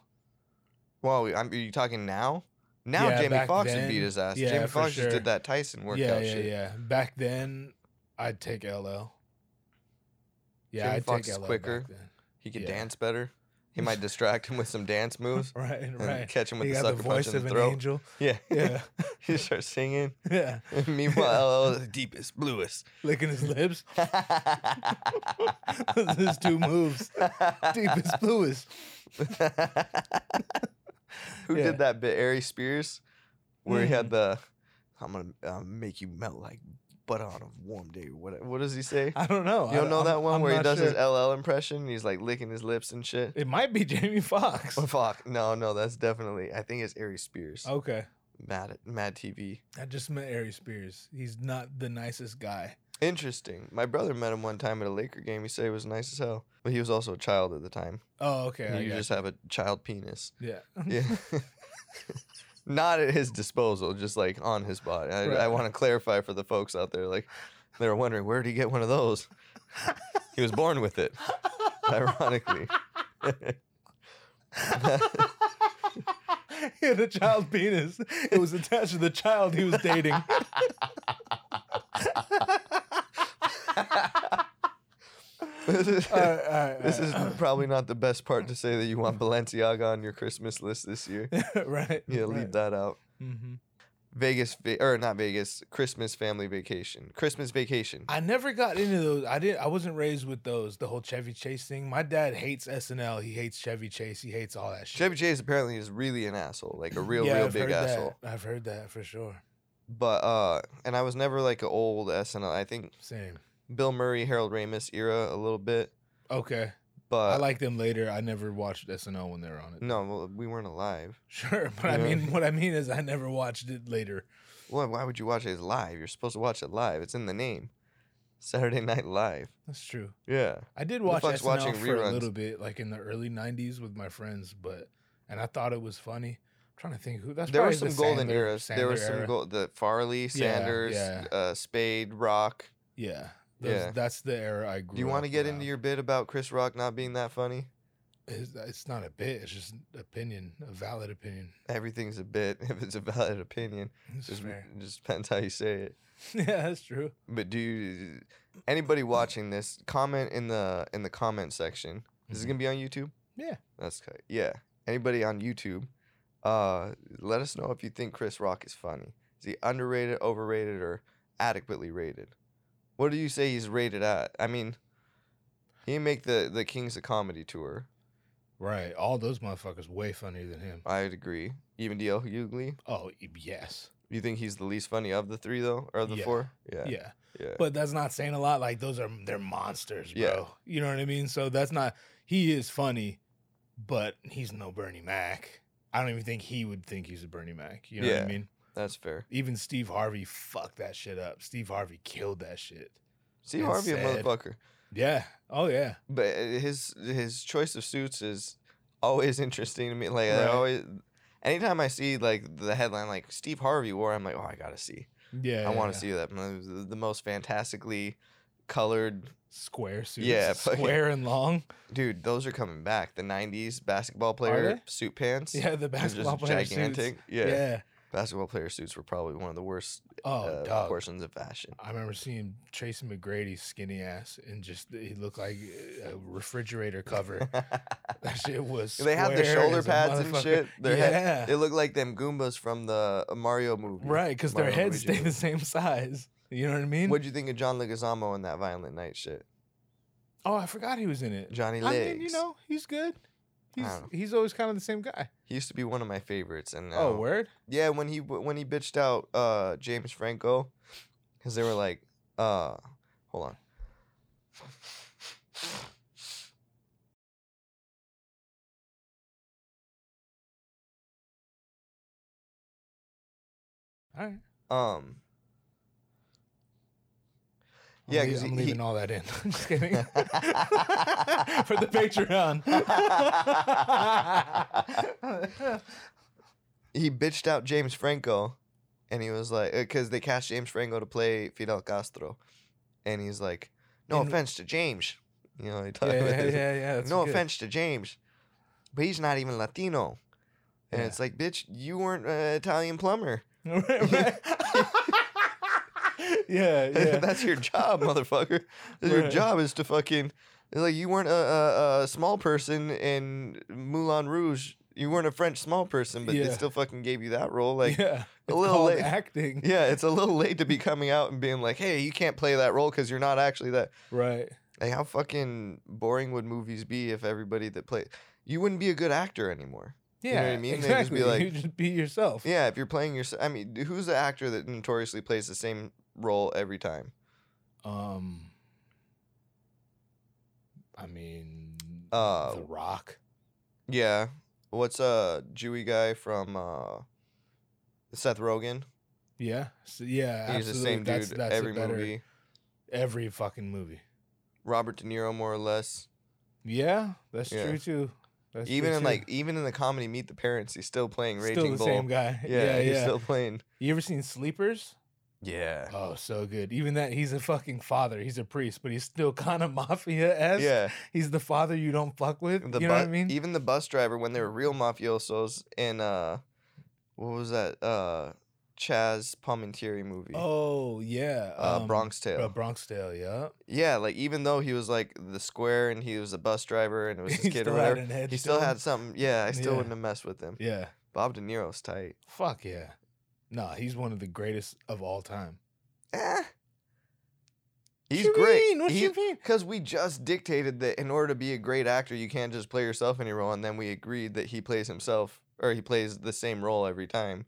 S4: Well, I'm, are you talking now? Now
S2: Yeah,
S4: Jamie
S2: back
S4: Foxx would beat
S2: then,
S4: his ass.
S2: yeah,
S4: Jamie
S2: for
S4: Foxx just
S2: sure.
S4: did that Tyson workout
S2: yeah, yeah,
S4: shit.
S2: yeah. Back then, I'd take LL. Yeah,
S4: Jamie
S2: I'd
S4: Foxx
S2: take
S4: is
S2: LL
S4: quicker.
S2: back then. <laughs>
S4: He could
S2: Yeah.
S4: dance better. He
S2: <laughs>
S4: might distract him with some dance moves.
S2: Right,
S4: And
S2: right.
S4: catch him with
S2: He
S4: the
S2: got
S4: sucker
S2: the
S4: punch
S2: voice
S4: in
S2: of
S4: the
S2: an
S4: throat.
S2: angel.
S4: <laughs> Yeah,
S2: Yeah,
S4: he starts singing.
S2: <laughs> yeah.
S4: And Meanwhile, LL is the deepest, bluest.
S2: Licking his lips. <laughs> Those
S4: There's
S2: his
S4: <laughs>
S2: two moves. Deepest bluest.
S4: Who
S2: Yeah. Hmm.
S4: did that bit? Ari Spears, where he had the "I'm gonna uh, make you melt like butter on a warm day." What what does he say?
S2: I don't know.
S4: You don't know that one where he does
S2: his
S4: his LL impression? And he's like licking his lips and shit.
S2: It might be Jamie Foxx.
S4: Oh, <laughs> fuck, no, no, that's definitely. I think it's Ari Spears. Oh.
S2: Okay,
S4: Mad Mad TV.
S2: I just met Ari Spears. He's not the nicest guy.
S4: Interesting. My brother met him one time at a Laker game. He said he was nice as hell, but he was also a child at the time.
S2: Oh, okay. I
S4: you
S2: got
S4: just have a
S2: <laughs>
S4: child penis.
S2: Yeah.
S4: Yeah. <laughs> Not at his disposal, just like on his body. I, I
S2: Right.
S4: want to clarify for the folks out there, like they're wondering where did he get one of those? he was born
S2: <laughs>
S4: with it, ironically. <laughs>
S2: he had a child penis. It was attached to the child he was
S4: <laughs>
S2: dating.
S4: this is,
S2: All right, all right, all
S4: this is
S2: right.
S4: probably not the best part to say that you
S2: <laughs>
S4: want Balenciaga on your Christmas list this year.
S2: <laughs> right.
S4: Yeah, leave that out.
S2: Mm-hmm.
S4: Vegas va- or not Vegas Christmas family vacation. Christmas vacation.
S2: I never got into those. I didn't. I wasn't raised with those. The whole Chevy Chase thing. My dad hates SNL. He hates Chevy Chase. He hates all that shit.
S4: Chevy Chase apparently is really an asshole, like a real,
S2: Yeah,
S4: real
S2: I've
S4: big
S2: heard
S4: asshole.
S2: That. I've heard that for sure.
S4: But uh, and I was never like an old SNL. I think
S2: Same.
S4: Bill Murray, Harold Ramis era a little bit,
S2: Okay.
S4: but
S2: I like them later. I never watched SNL when they were on it.
S4: no, well, we weren't alive.
S2: <laughs> Sure, but I
S4: Mm. Yeah.
S2: mean, what I mean is, I never watched it later.
S4: Well, why would you watch it live? You're supposed to watch it live. It's in the name, Saturday Night Live.
S2: That's true.
S4: Yeah,
S2: I did
S4: Who the
S2: watch
S4: fuck's
S2: SNL
S4: watching
S2: for a
S4: reruns?
S2: little bit, like in the early '90s with my friends, but and I thought it was funny. I'm trying to think who. That's
S4: there were
S2: probably the
S4: some golden
S2: Sandler-
S4: eras. there were
S2: Sandler
S4: some
S2: era.
S4: gold. The Farley, Sanders,
S2: yeah.
S4: Uh, Spade, Rock.
S2: Yeah, those-
S4: Yeah.
S2: That's the era I grew.
S4: Do you want to
S2: up
S4: get
S2: around.
S4: into your bit about Chris Rock not being that funny?
S2: It's, it's not a bit. It's just an opinion, a valid opinion.
S4: Everything's a bit <laughs> if it's a valid opinion.
S2: It's
S4: Just,
S2: fair.
S4: just depends how you say it.
S2: <laughs> yeah, that's true.
S4: But do you, anybody watching this comment in the in the comment section? This is
S2: Mhm.
S4: gonna be on YouTube.
S2: Yeah.
S4: that's good. Yeah, anybody on YouTube, uh, let us know if you think Chris Rock is funny. Is he underrated, overrated, or adequately rated? What do you say he's rated at? I mean, he didn't make the the Kings of Comedy tour.
S2: Right. All those motherfuckers way funnier than him.
S4: I'd agree. Even D.L. Hughley.
S2: Oh y- yes.
S4: You think he's the least funny of the three though, or the
S2: Yeah.
S4: four?
S2: Yeah.
S4: yeah.
S2: But that's not saying a lot. Like those are they're monsters, bro.
S4: Yeah.
S2: You know what I mean? So that's not he is funny, but he's no Bernie Mac. I don't even think he would think he's a Bernie Mac. You know what I
S4: Yeah.
S2: mean?
S4: That's fair.
S2: Even Steve Harvey fucked that shit up. Steve Harvey killed that shit.
S4: See
S2: And
S4: Harvey
S2: sad.
S4: a motherfucker.
S2: Yeah. Oh yeah.
S4: but uh, his his choice of suits is always <laughs> interesting to me. Like I
S2: Right.
S4: always, anytime I see like the headline like Steve Harvey wore, I'm like, oh, I gotta see.
S2: Yeah.
S4: I want
S2: yeah.
S4: to see that. The the most fantastically colored
S2: square suits.
S4: Yeah, fucking-
S2: Square and long.
S4: dude. Those are coming back. The '90s basketball player
S2: they?
S4: suit pants.
S2: Yeah, <laughs> the
S4: They're
S2: basketball
S4: just
S2: player
S4: gigantic.
S2: suits.
S4: Yeah.
S2: yeah.
S4: basketball player suits were probably one of the worst
S2: Oh,
S4: uh,
S2: dog.
S4: portions of fashion. <laughs>
S2: I remember seeing Tracy McGrady's skinny ass and just he looked like uh, a refrigerator cover.
S4: <laughs>
S2: that shit was.
S4: they have the
S2: square
S4: shoulder
S2: as a
S4: pads and
S2: motherfucker.
S4: shit. Their
S2: yeah, <laughs>
S4: head, it looked like them Goombas from the uh, Mario movie.
S2: right, because their
S4: Mario
S2: heads
S4: Luigi
S2: stay the same
S4: movie.
S2: size. You know what I mean?
S4: What'd you think of John Leguizamo in that Violent Night shit?
S2: oh, I forgot he was in it.
S4: Johnny
S2: I
S4: Legs.
S2: mean, you know, he's good. He's
S4: don't
S2: he's always kind of the same guy.
S4: he used to be one of my favorites, and
S2: Oh,
S4: now-
S2: word.
S4: yeah, when he when he bitched out uh, James Franco, because they were like, uh, hold on,
S2: All right.
S4: um,
S2: I'm
S4: Yeah,
S2: lea-
S4: 'cause
S2: I'm
S4: he-
S2: leaving
S4: he-
S2: all that in. <laughs> I'm just
S4: <laughs>
S2: kidding. For the Patreon.
S4: he bitched out James Franco, and he was like, because they cast James Franco to play Fidel Castro, and he's like, no
S2: In-
S4: offense to James, you know, he
S2: yeah, <laughs>
S4: talked about
S2: yeah, yeah.
S4: this.
S2: yeah that's
S4: no
S2: good.
S4: offense to James, but he's not even Latino. And
S2: Yeah.
S4: it's like, bitch, you weren't an Italian plumber.
S2: <laughs> Right, right. <laughs> yeah, yeah.
S4: <laughs> That's your job, motherfucker. Your
S2: Right.
S4: job is to fucking it's like you weren't a, a, a small person in Moulin Rouge. You weren't a French small person, but they
S2: Yeah.
S4: still fucking gave you that role. Like, <laughs> yeah.
S2: yeah. It's
S4: little
S2: called
S4: late. <laughs>
S2: acting.
S4: it's a little late to be coming out and being like, hey, you can't play that role because you're not actually that.
S2: Right.
S4: Like, how fucking boring would movies be if everybody that played you wouldn't be a good actor anymore?
S2: Yeah.
S4: know what I mean? They'd just be
S2: Exactly.
S4: like-
S2: you just be yourself.
S4: Yeah, if you're playing yourself, I mean, d- who's the actor that notoriously plays the same role every time?
S2: Um. I mean,
S4: Uh,
S2: The Rock.
S4: Yeah, what's uh Jewy guy from uh, Seth Rogen?
S2: Yeah. So, yeah.
S4: He's the
S2: absolutely.
S4: same dude
S2: that's, that's a
S4: every
S2: better-
S4: movie.
S2: Every fucking movie.
S4: Robert De Niro, more or less.
S2: Yeah, that's
S4: Yeah.
S2: true too. That's true,
S4: even in
S2: too.
S4: like even in the comedy Meet the Parents, he's still playing Raging
S2: still the
S4: Bull. <laughs>
S2: same guy.
S4: Yeah,
S2: Yeah, yeah.
S4: he's still playing.
S2: you ever seen Sleepers?
S4: Yeah,
S2: Oh, so good. Even that, he's a fucking father. He's a priest, but he's still <laughs> kind of mafia esque. <laughs>
S4: yeah.
S2: He's the father you don't fuck with.
S4: The
S2: you know what I
S4: bu-
S2: mean?
S4: Even the bus driver when they were real mafiosos in uh, what was that uh, Chaz Palminteri movie?
S2: oh yeah,
S4: Uh, Bronx Tale.
S2: Uh, Bronx Tale, yeah.
S4: Yeah, like even though he was like the square and he was a bus driver and
S2: <laughs>
S4: it was
S2: He
S4: his kid or
S2: still had
S4: whatever,
S2: an edge
S4: he still
S2: to him.
S4: had something. Yeah, I
S2: Yeah.
S4: still wouldn't have messed with him.
S2: Yeah,
S4: Bob De Niro's tight.
S2: fuck yeah. Nah, he's one of the greatest of all time.
S4: Eh. He's
S2: you
S4: great.
S2: mean? What you mean?
S4: Because we just dictated that in order to be a great actor, you can't just play yourself in your role, and then we agreed that he plays himself or he plays the same role every time.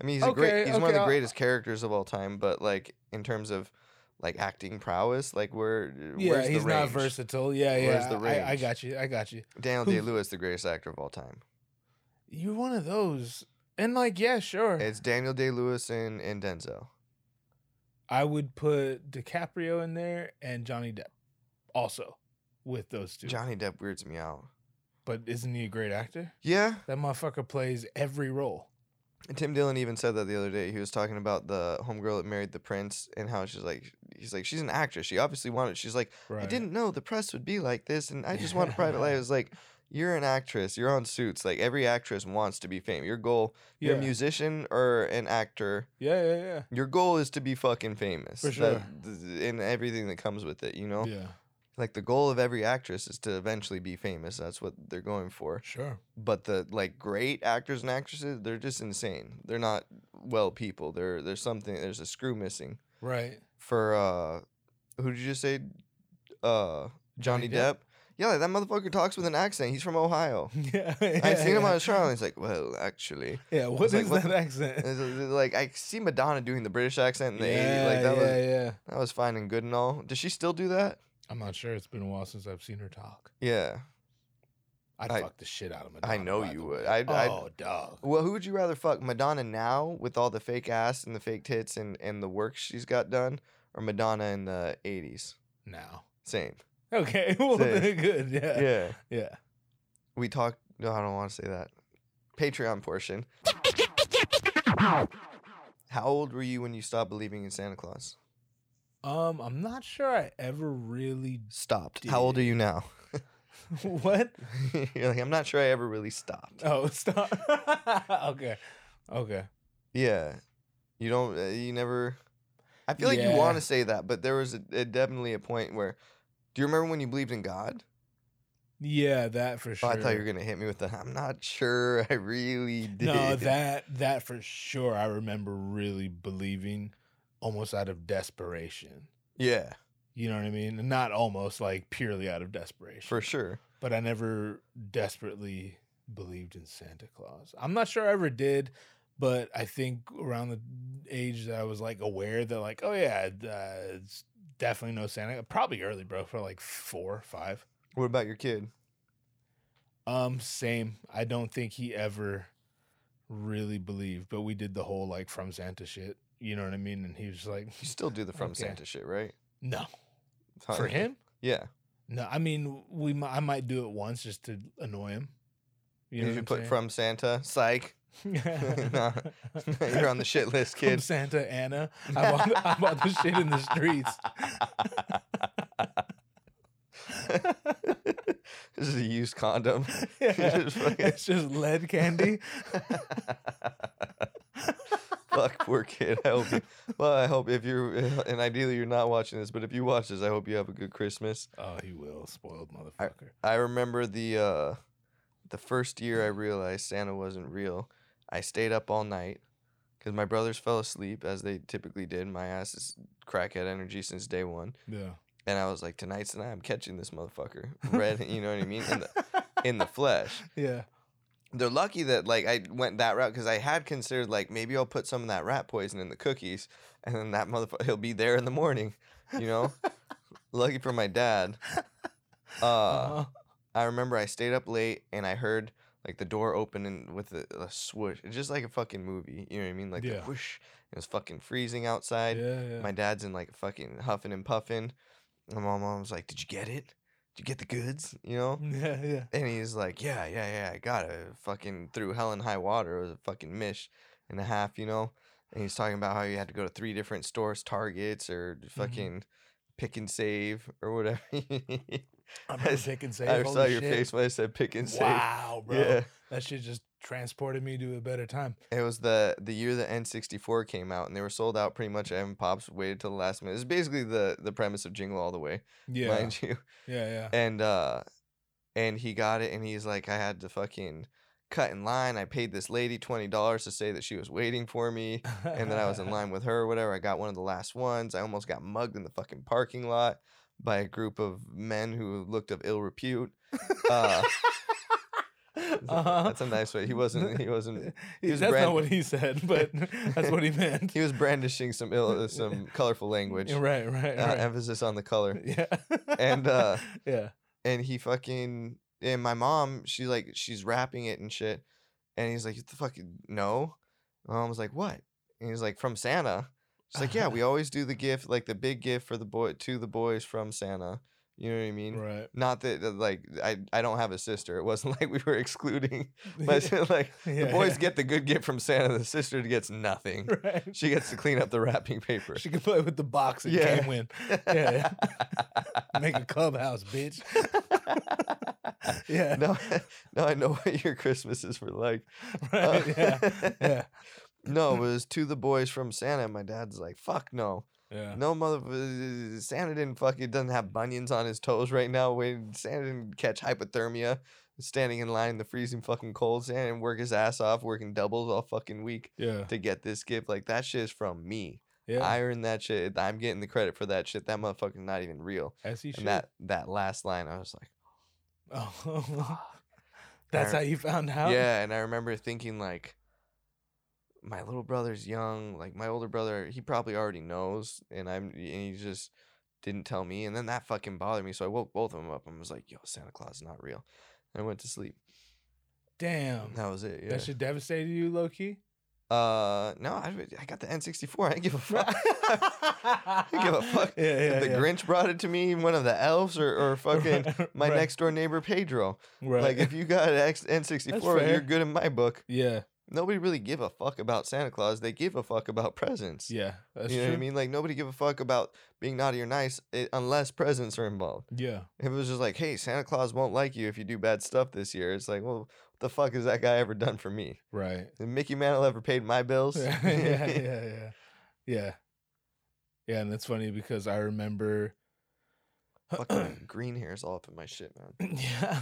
S4: I mean, he's a
S2: Okay,
S4: great. He's one
S2: okay,
S4: of the
S2: I'll-
S4: greatest characters of all time, but like in terms of like acting prowess, like where
S2: Yeah,
S4: where's
S2: he's
S4: the
S2: not
S4: range?
S2: versatile. Yeah, yeah.
S4: Where's the
S2: I, I
S4: range?
S2: got you. I got you.
S4: Daniel
S2: Who-
S4: Day Lewis, the greatest actor of all time.
S2: You're one of those. And like, yeah, sure.
S4: It's Daniel Day Lewis and, and Denzel.
S2: I would put DiCaprio in there and Johnny Depp also with those two.
S4: Johnny Depp weirds me out.
S2: but isn't he a great actor?
S4: Yeah,
S2: That motherfucker plays every role.
S4: And Tim Dillon even said that the other day. He was talking about the homegirl that married the prince and how she's like, he's like, she's an actress. She obviously wanted. She's like,
S2: Right.
S4: I didn't know the press would be like this, and I just want
S2: <laughs>
S4: a private life. It's like, you're an actress. You're on suits. Like every actress wants to be famous. Your goal, you're
S2: Yeah.
S4: a musician or an actor.
S2: Yeah, yeah, yeah.
S4: Your goal is to be fucking famous.
S2: For
S4: That- th- and everything that comes with it, you know.
S2: Yeah,
S4: Like the goal of every actress is to eventually be famous. That's what they're going for
S2: sure.
S4: but the like great actors and actresses, they're just insane. They're not well people. There there's something there's a screw missing.
S2: Right. <laughs>
S4: For uh who did you just say? Uh Johnny, Depp. Yeah, like, that motherfucker talks with an accent. He's
S2: <laughs>
S4: from Ohio.
S2: Yeah.
S4: I seen him
S2: yeah. <laughs>
S4: on a show and he's like, Well, actually.
S2: Yeah, what is
S4: like, what
S2: that
S4: the-
S2: accent?
S4: It's- it's like I see Madonna doing the British accent
S2: <laughs>
S4: in the
S2: yeah,
S4: 80s. Like that
S2: yeah,
S4: was
S2: yeah.
S4: that was fine and good and all. Does she still do that?
S2: I'm not sure. It's been a while since I've seen her talk.
S4: Yeah.
S2: I'd
S4: I-
S2: fuck the shit out of Madonna.
S4: I know
S2: by
S4: you
S2: the
S4: would.
S2: way.
S4: I'd- I'd-
S2: oh, dog.
S4: Well, who would you rather fuck, Madonna now with all the fake ass and the fake tits and, and the work she's got done, or Madonna in the eighties?
S2: Now. <laughs>
S4: Same.
S2: Okay. <laughs> Well,
S4: Say-
S2: then good. Yeah. Yeah.
S4: Yeah. We talked. No, I don't want to say that. Patreon portion. How old were you when you stopped believing in Santa Claus?
S2: Um, I'm not sure I ever really. <laughs>
S4: Stopped. How old are you now? <laughs>
S2: what?
S4: You're like, I'm not sure I ever really stopped.
S2: Oh, <laughs> stop. okay. Okay.
S4: Yeah. You don't. uh, You never. I feel like you want
S2: Yeah.
S4: to say that, but there was a, a, definitely a point where. Do you remember when you believed in God?
S2: Yeah, that for sure.
S4: Oh, I thought you were gonna hit me with the. I'm not sure. I really did.
S2: No, that that for sure. I remember really believing, almost out of desperation.
S4: Yeah,
S2: You know what I mean? Not almost like purely out of desperation.
S4: for sure.
S2: but I never desperately believed in Santa Claus. I'm not sure I ever did, but I think around the age that I was like aware that like, oh yeah, uh, it's definitely no Santa. Probably early, bro, for like four, five.
S4: What about your kid?
S2: Um, same. I don't think he ever really believed, but we did the whole like from Santa shit. You know what I mean? And he was like,
S4: You still do the from
S2: Okay.
S4: Santa shit, right?
S2: no,
S4: Huh.
S2: for him.
S4: Yeah.
S2: No, I mean we. mi- I might do it once just to annoy him.
S4: You,
S2: know what
S4: should
S2: I'm
S4: put
S2: saying?
S4: from Santa.
S2: <laughs>
S4: Psych. <laughs> Nah, <laughs> you're on the shit list,
S2: From
S4: kid.
S2: Santa Ana. I bought, I bought this shit in the <laughs> streets.
S4: <laughs> this is a used condom. <laughs>
S2: Yeah.
S4: Just
S2: <laughs>
S4: fucking-
S2: It's just lead candy.
S4: Fuck, poor kid. I hope. You, well, I hope if you're, and ideally you're not watching this, but if you watch this, I hope you have a good Christmas.
S2: Oh, he will. Spoiled motherfucker.
S4: I remember the uh the first year I realized Santa wasn't real. I stayed up all night because my brothers fell asleep as they typically did. My ass is crackhead energy since day one,
S2: Yeah.
S4: and I was like, "Tonight's the night I'm catching this motherfucker." Red, you know what I mean? In the in the flesh.
S2: yeah.
S4: They're lucky that like I went that route because I had considered like maybe I'll put some of that rat poison in the cookies, and then that motherfucker he'll be there in the morning, you know. lucky for my dad. uh
S2: Uh-huh.
S4: I remember I stayed up late and I heard like the door open and with a, a swoosh, It's just like a fucking movie. You know what I mean? Like the
S2: Yeah.
S4: whoosh. It was fucking freezing
S2: yeah.
S4: outside.
S2: yeah.
S4: My dad's in like fucking huffing and puffing. And my mom was like, "Did you get it? Did you get the goods? You know?"
S2: <laughs> yeah. Yeah.
S4: And he's like, "Yeah, yeah, yeah. I got it. Fucking through hell and high water. It was a fucking mish and a half. You know." And he's talking about how you had to go to three different stores, Targets or
S2: Mm-hmm.
S4: fucking pick and save or whatever. <laughs>
S2: I'm gonna
S4: I-
S2: pick and save.
S4: I
S2: Holy
S4: saw your
S2: shit.
S4: face when I said pick and save. <laughs>
S2: Wow, bro.
S4: Yeah,
S2: That shit just transported me to a better time.
S4: it was the the year the N64 came out, and they were sold out pretty much. M Pops waited till the last minute. It's basically the the premise of Jingle All the Way,
S2: Yeah.
S4: mind you.
S2: <laughs>
S4: <laughs>
S2: Yeah. Yeah.
S4: And uh, and he got it, and he's like, I had to fucking cut in line. I paid this lady twenty dollars to say that she was waiting for me, and then I
S2: <laughs>
S4: was in line with her. Or whatever. I got one of the last ones. I almost got mugged in the fucking parking lot by a group of men who looked of ill
S2: <laughs>
S4: repute. Uh,
S2: Uh-huh.
S4: That's a nice way. He wasn't. He wasn't. he was
S2: that's
S4: brand-
S2: not what he said,
S4: <laughs>
S2: but <laughs> that's what he meant.
S4: He was brandishing some Ill,
S2: <laughs>
S4: uh, some colorful language.
S2: Yeah, right, right,
S4: Uh,
S2: right.
S4: emphasis on the color.
S2: <laughs> yeah.
S4: and, uh,
S2: <laughs> yeah.
S4: and he fucking and my mom she like she's rapping it and shit and he's like the fucking no my mom was like what and he's like from santa she's like
S2: <laughs>
S4: yeah we always do the gift like the big gift for the boy to the boys from santa you know what i mean
S2: Right.
S4: not that that, like i i don't have a sister it wasn't <laughs> like we were
S2: <laughs>
S4: excluding but <laughs> like the
S2: Yeah,
S4: boys
S2: yeah.
S4: get the good gift from santa the sister gets <laughs> nothing
S2: <laughs> Right.
S4: she gets to clean up the wrapping paper
S2: She can play with the box and
S4: Yeah.
S2: came win. Yeah. <laughs> Make a clubhouse,
S4: <laughs>
S2: bitch. yeah.
S4: now, now i know <laughs> what your christmas is for like
S2: <laughs> Right. yeah.
S4: <laughs>
S2: Yeah.
S4: No, it was to the boys from Santa. And my dad's like, fuck no.
S2: Yeah.
S4: No mother uh, Santa didn't fuck it doesn't have bunions on his toes right now. When Santa didn't catch hypothermia standing in line in the freezing fucking cold Santa and work his ass off, working doubles all fucking week
S2: Yeah.
S4: to get this gift. Like that shit is from me.
S2: Yeah.
S4: I earned that shit. I'm getting the credit for that shit. That motherfucker's not even real.
S2: As he should.
S4: And that that last line, I was
S2: <laughs>
S4: like,
S2: oh.
S4: <sighs>
S2: That's
S4: Alright.
S2: how you found out?
S4: Yeah, and I remember thinking like my little brother's young, like my older brother, he probably already knows and I'm and he just didn't tell me and then that fucking bothered me. So I woke both of them up and was like, "Yo, Santa Claus is not real." And I went to sleep.
S2: Damn.
S4: That was it. Yeah.
S2: Oh. That should devastate you, low
S4: <laughs>
S2: key.
S4: uh no, I, I got the N64. <laughs> I didn't give
S2: <laughs>
S4: a fuck.
S2: I
S4: give a fuck
S2: <laughs> Yeah, yeah,
S4: If the
S2: yeah.
S4: Grinch brought it to me, one of the elves or, or fucking
S2: <laughs> Right,
S4: my
S2: right,
S4: next door neighbor Pedro.
S2: right.
S4: Like if you got an X- N64,
S2: fair.
S4: you're good in my book.
S2: yeah,
S4: nobody really give a fuck about Santa Claus. They give a fuck about presents.
S2: yeah, that's
S4: you know
S2: true.
S4: what I mean? Like nobody give a fuck about being naughty or nice eh, unless presents are involved.
S2: Yeah,
S4: If it was just like, hey, Santa Claus won't like you if you do bad stuff this year, it's like, well, what the fuck has that guy ever done for me?
S2: right.
S4: Did Mickey Mantle ever
S2: <laughs>
S4: paid my <laughs> bills?
S2: yeah, yeah, yeah, yeah, yeah, yeah. And that's funny because I
S4: <laughs>
S2: remember. <clears throat>
S4: Fucking green hair is all up in my shit, man.
S2: yeah,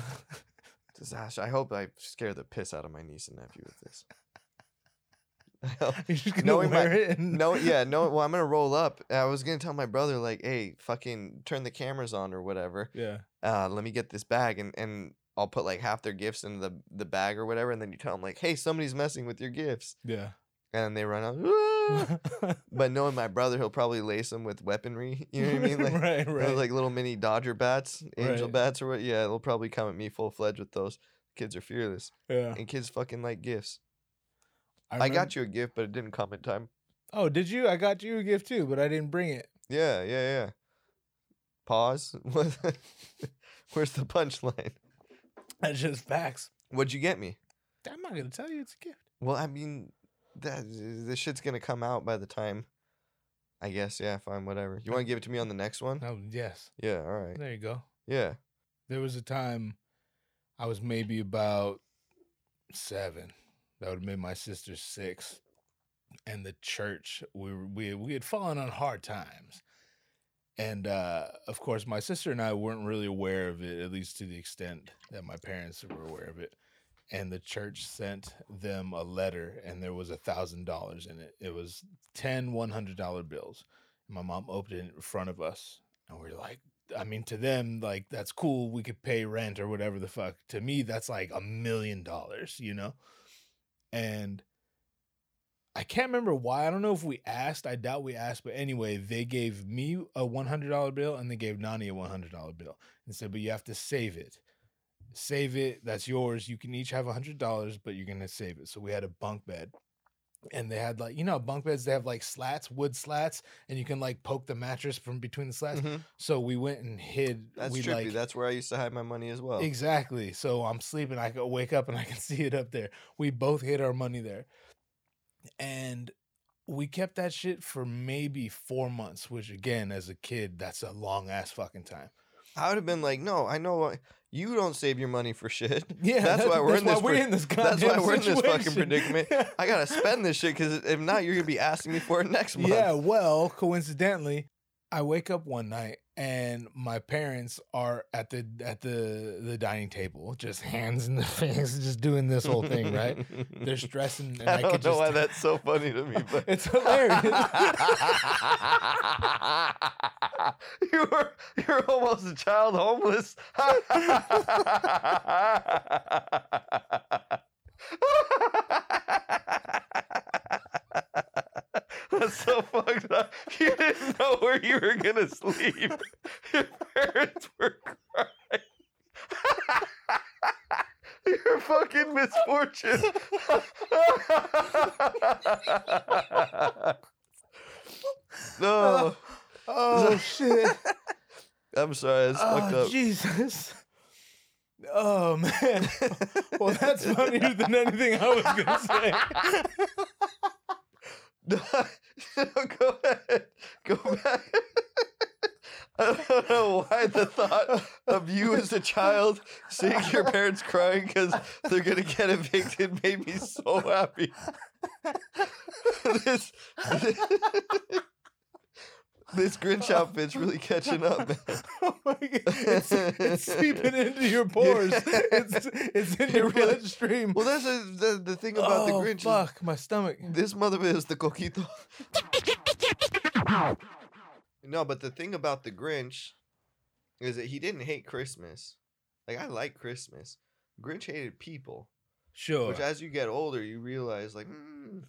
S4: Disaster. I hope I scare the piss out of my niece and nephew with this. <laughs> I hope-
S2: <laughs> you're just gonna
S4: Knowing my-
S2: wear it. And,
S4: No, yeah, no. Well, I'm gonna roll up. I was gonna tell my brother like, "Hey, fucking turn the cameras on or whatever."
S2: <laughs> yeah,
S4: uh, let me get this bag and and I'll put like half their gifts in the the bag or whatever, and then you tell them like, hey, somebody's messing with your gifts,
S2: yeah.
S4: and they run out. "Ah!" but knowing my brother, he'll probably lace them with weaponry. <laughs> <laughs> You know what I
S2: <laughs>
S4: mean? Like
S2: right,
S4: those,
S2: right.
S4: like little mini Dodger bats, angel
S2: Right.
S4: bats, or what? Yeah, they'll probably come at me full fledged with those. Kids are fearless,
S2: yeah.
S4: and kids fucking like gifts. I,
S2: remember-
S4: got you a gift, but it didn't come in time.
S2: Oh, did you? I got you a gift too, but I didn't bring it.
S4: Yeah, yeah, yeah. Pause. <laughs> What- Where's the punchline?
S2: That's just facts.
S4: What'd you get me?
S2: I'm not gonna tell you it's a gift.
S4: Well, I mean, that the shit's gonna come out by the time. I guess, yeah, fine, whatever. You want to give it to me on the next one?
S2: Oh, yes.
S4: Yeah, all right.
S2: There you go.
S4: Yeah,
S2: There was a time I was maybe about seven. That would have been my sister six. And the church, we were, we we had fallen on hard times. And uh, of course, my sister and I weren't really aware of it, at least to the extent that my parents were aware of it. And the church sent them a letter, and there was a thousand dollars in it. It was 10 $100 bills. My mom opened it in front of us, and we are like, I mean, to them, like that's cool. We could pay rent or whatever the fuck. To me, that's like a million dollars, you know. And I can't remember why. I don't know if we asked. I doubt we asked. But anyway, they gave me a one hundred dollar bill and they gave Nani a one hundred dollar bill and said, "But you have to save it. Save it. That's yours. You can each have a hundred dollars, but you're gonna save it." So we had a bunk bed. And they had like you know how bunk beds they have like slats wood slats and you can like poke the mattress from between the slats.
S4: Mhm.
S2: So we went and hid.
S4: that's
S2: we
S4: trippy.
S2: like
S4: that's where I used to hide my money as well.
S2: exactly. So I'm sleeping. I could wake up and I can <laughs> see it up there. We both hid our money there, and we kept that shit for maybe four months. Which again, as a kid, that's a long ass fucking
S4: <laughs>
S2: time.
S4: I would have been like, no, I know what you don't save your money for shit. <laughs>
S2: Yeah,
S4: That's why we're in this
S2: we're
S4: pre-
S2: in this.
S4: that's why
S2: goddamn
S4: we're in this fucking
S2: situation. <laughs>
S4: predicament. I gotta spend this shit because if not, you're gonna be asking me for it next month.
S2: Yeah, well, coincidentally, I wake up one night and my parents are at the at the the dining table, just <laughs> hands in the face, just doing this whole thing,
S4: <laughs>
S2: right? They're stressing, and I,
S4: I don't
S2: could
S4: know
S2: just
S4: why that's <laughs> so funny to me, but
S2: It's
S4: <laughs>
S2: hilarious.
S4: you were you're almost a child homeless. <laughs> That's so fucked up. You didn't know where you were gonna sleep. Your parents were crying. <laughs> Your fucking misfortune. <laughs> no.
S2: oh
S4: <laughs>
S2: shit!
S4: I'm sorry, it's fucked
S2: Oh
S4: up.
S2: Jesus! Oh man! Well, that's funnier than anything I was gonna say. <laughs>
S4: <laughs> go ahead. Go back. <laughs> I don't know why the thought of you as a child seeing your parents crying because they're gonna get evicted made me so happy. <laughs> this, this Grinch outfit's really catching up, man.
S2: Oh my God. It's, it's seeping into
S4: <laughs>
S2: your pores. It's it's in your
S4: really-
S2: bloodstream.
S4: Well, that's the the, the thing about the
S2: oh,
S4: Grinch. is
S2: fuck my stomach.
S4: This mother is the coquito. no, but the thing about the Grinch is that he didn't hate Christmas. Like I like Christmas. Grinch hated people,
S2: Sure.
S4: which as you get older, you realize like mm,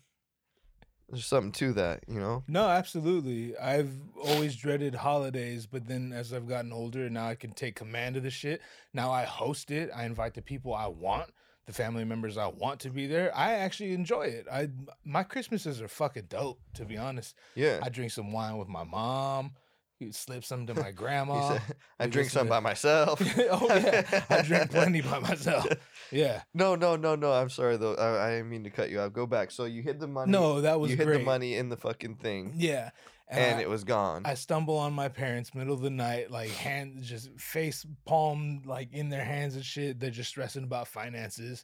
S4: there's something to that, you know.
S2: No, absolutely. I've always dreaded holidays, but then as I've gotten older, now I can take command of the shit. Now I host it. I invite the people I want, the family members I want to be there. I actually enjoy it. I my Christmases are fucking dope, to be honest.
S4: Yeah.
S2: I drink some wine with my mom. You slip some
S4: <laughs>
S2: to my
S4: He
S2: grandma.
S4: said, I
S2: we
S4: drink
S2: listen
S4: some
S2: to-
S4: by myself.
S2: <laughs>
S4: <laughs>
S2: oh yeah, I drink plenty by myself. Yeah.
S4: No, no, no, no. I'm sorry though. I, I didn't mean to cut you off. Go back. So you hid the money.
S2: No, that was
S4: you hid
S2: great.
S4: the money in the fucking thing,
S2: Yeah.
S4: and,
S2: I-
S4: it was gone.
S2: I stumble on my parents middle of the night, like hand just face palm like in their hands and shit. They're just stressing about finances.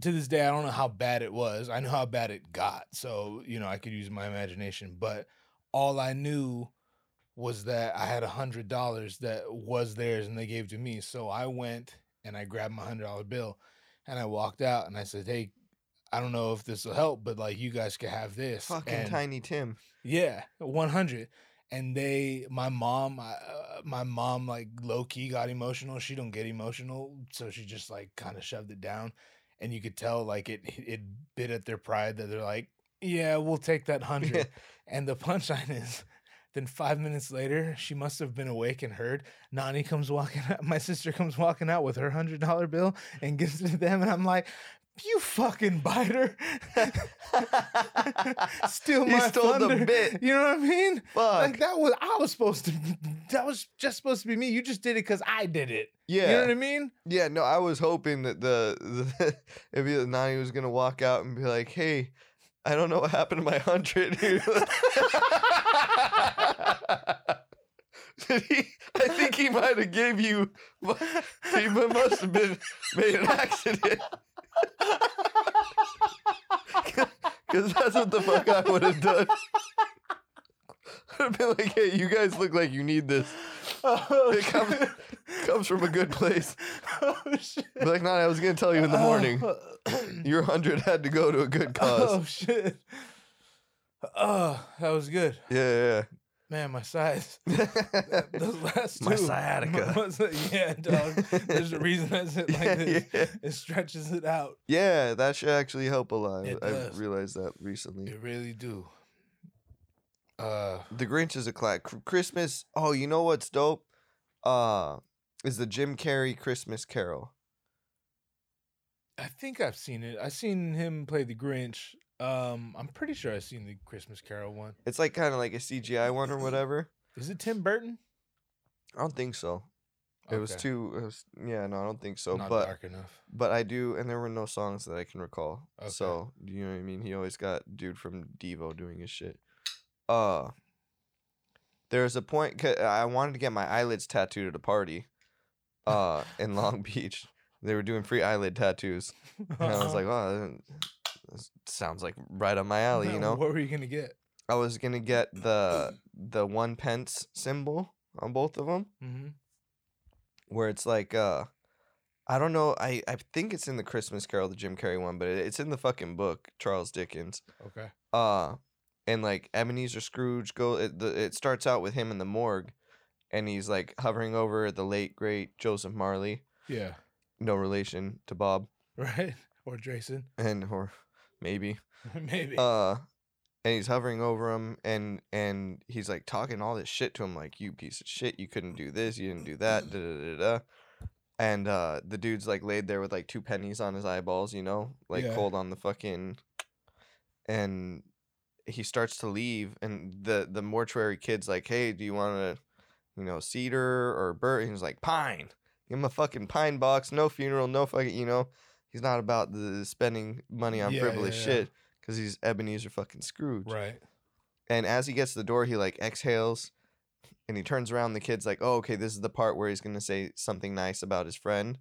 S2: To this day, I don't know how bad it was. I know how bad it got, so you know I could use my imagination. But all I knew was that I had a hundred dollars that was theirs, and they gave to me. So I went and I grabbed my hundred dollar bill, and I walked out, and I said, "Hey, I don't know if this will help, but like you guys can have this."
S4: fucking
S2: and
S4: Tiny Tim. <laughs>
S2: yeah, 100. And they, my mom, I- uh, my mom, like low key got emotional. She don't get emotional, so she just like kind of shoved it down, and you could tell like it it bit at their pride that they're like, yeah, we'll take
S4: <laughs>
S2: that hundred. and the punchline is, then five minutes later, she must have been awake and heard. Nani comes walking <laughs> out. My sister comes walking out with her hundred dollar bill and gives it to them, and I'm like, you fucking biter. <laughs> Steal
S4: You
S2: my
S4: stole the
S2: thunder.
S4: bit.
S2: You know what I mean?
S4: Fuck.
S2: <laughs> Like that was I was supposed to. <laughs> That was just supposed to be me. You just did it because I did it.
S4: yeah.
S2: You know what I mean?
S4: Yeah, no, I was hoping that the, the <laughs> if you- Nani was gonna walk out and be like, "Hey, I don't know what happened to my hundred. <laughs> Did he? I think he might have gave you. He mu- must have been made an accident. <laughs> Because that's what the fuck I would have done. <laughs> I'd have been like, "Hey, you guys look like you need this. It comes, comes from a good place."
S2: <laughs> Oh shit!
S4: Be like, no, I was gonna tell you in
S2: Oh,
S4: the morning. Your hundred had to go to a good cause.
S2: <laughs> Oh shit! Oh, that was good,
S4: Yeah,
S2: man. My
S4: <laughs>
S2: size. <laughs>
S4: yeah.
S2: Those last two.
S4: My sciatica.
S2: my- my sci- <laughs> yeah, dog. There's a reason that's it like
S4: <laughs> yeah,
S2: this.
S4: yeah.
S2: It stretches it out.
S4: Yeah, that should actually help a lot.
S2: It
S4: I
S2: does.
S4: realized that recently.
S2: You really do. Uh,
S4: The Grinch is a class. Christmas. Oh, you know what's dope? Uh, is the Jim Carrey Christmas Carol.
S2: I think I've seen it. I've seen him play the Grinch. Um, I'm pretty sure I've seen the Christmas Carol one.
S4: It's like kind of like a CGI one or whatever.
S2: Is it Tim Burton?
S4: I don't think so. It was
S2: Okay.
S4: too. It was, yeah, no, I don't think so.
S2: not
S4: but
S2: dark enough.
S4: but I do, and there were no songs that I can recall.
S2: Okay.
S4: So you know what I mean. He always got dude from Devo doing his shit. Uh, there's a point. 'ca- I wanted to get my eyelids tattooed at a party, uh, in Long Beach. They were doing free eyelid tattoos, <laughs> and I
S2: <laughs>
S4: was like, oh, that sounds like right up my alley, you know.
S2: What were you gonna get?
S4: I was gonna get the the one pence symbol on both of them,
S2: Mm-hmm.
S4: where it's like, uh, I don't know, I, I think it's in the Christmas Carol, the Jim Carrey one, but it, it's in the fucking book, Charles Dickens.
S2: Okay.
S4: uh and like ebenezer scrooge go it, the, it starts out with him in the morgue and he's like hovering over the late great joseph marley
S2: Yeah. <laughs>
S4: no relation to bob
S2: Right. Or Jason. <laughs>
S4: and or maybe
S2: Maybe.
S4: uh and he's hovering over him and and he's like talking all this shit to him like you piece of shit you couldn't do this you didn't do that da, da, da, da. and uh the dude's like laid there with like two pennies on his eyeballs you know like
S2: Yeah.
S4: cold on the fucking and he starts to leave and the the mortuary kid's like hey do you want to you know cedar or bird and he's like pine give him a fucking pine box no funeral no fucking you know he's not about the spending money on
S2: Yeah,
S4: frivolous
S2: yeah, yeah.
S4: shit because he's Ebenezer fucking Scrooge.
S2: right.
S4: And as he gets to the door, he like exhales, and he turns around. The kid's like, "Oh, okay, this is the part where he's gonna say something nice about his friend,"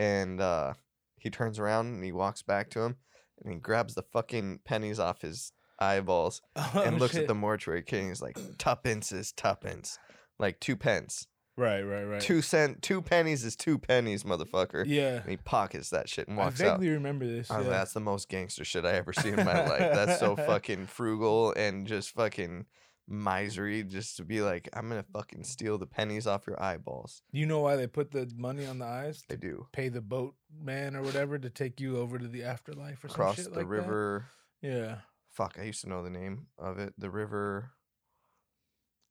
S4: and uh, he turns around and he walks back to him, and he grabs the fucking pennies off his eyeballs <laughs>
S2: <laughs>
S4: and
S2: Oh,
S4: looks at
S2: shit.
S4: the mortuary kid. And
S2: <clears throat>
S4: he's like, "Tuppence is tuppence, like two pence,
S2: Right. Right. Right.
S4: two cent, two pennies is two pennies, motherfucker."
S2: Yeah.
S4: And he pockets that shit and
S2: I
S4: walks out.
S2: vaguely remember this.
S4: I was
S2: yeah.
S4: like, Oh, that's the most gangster shit I ever seen in my life.
S2: <laughs>
S4: That's so fucking frugal and just fucking misery. Just to be like, I'm gonna fucking steal the pennies off your eyeballs.
S2: you know why they put the money on the eyes?
S4: I
S2: To
S4: do
S2: pay the boat man or whatever to take you over to the afterlife or some
S4: across
S2: shit
S4: the
S2: like that?
S4: river.
S2: Yeah.
S4: Fuck, I used to know the name of it. The river.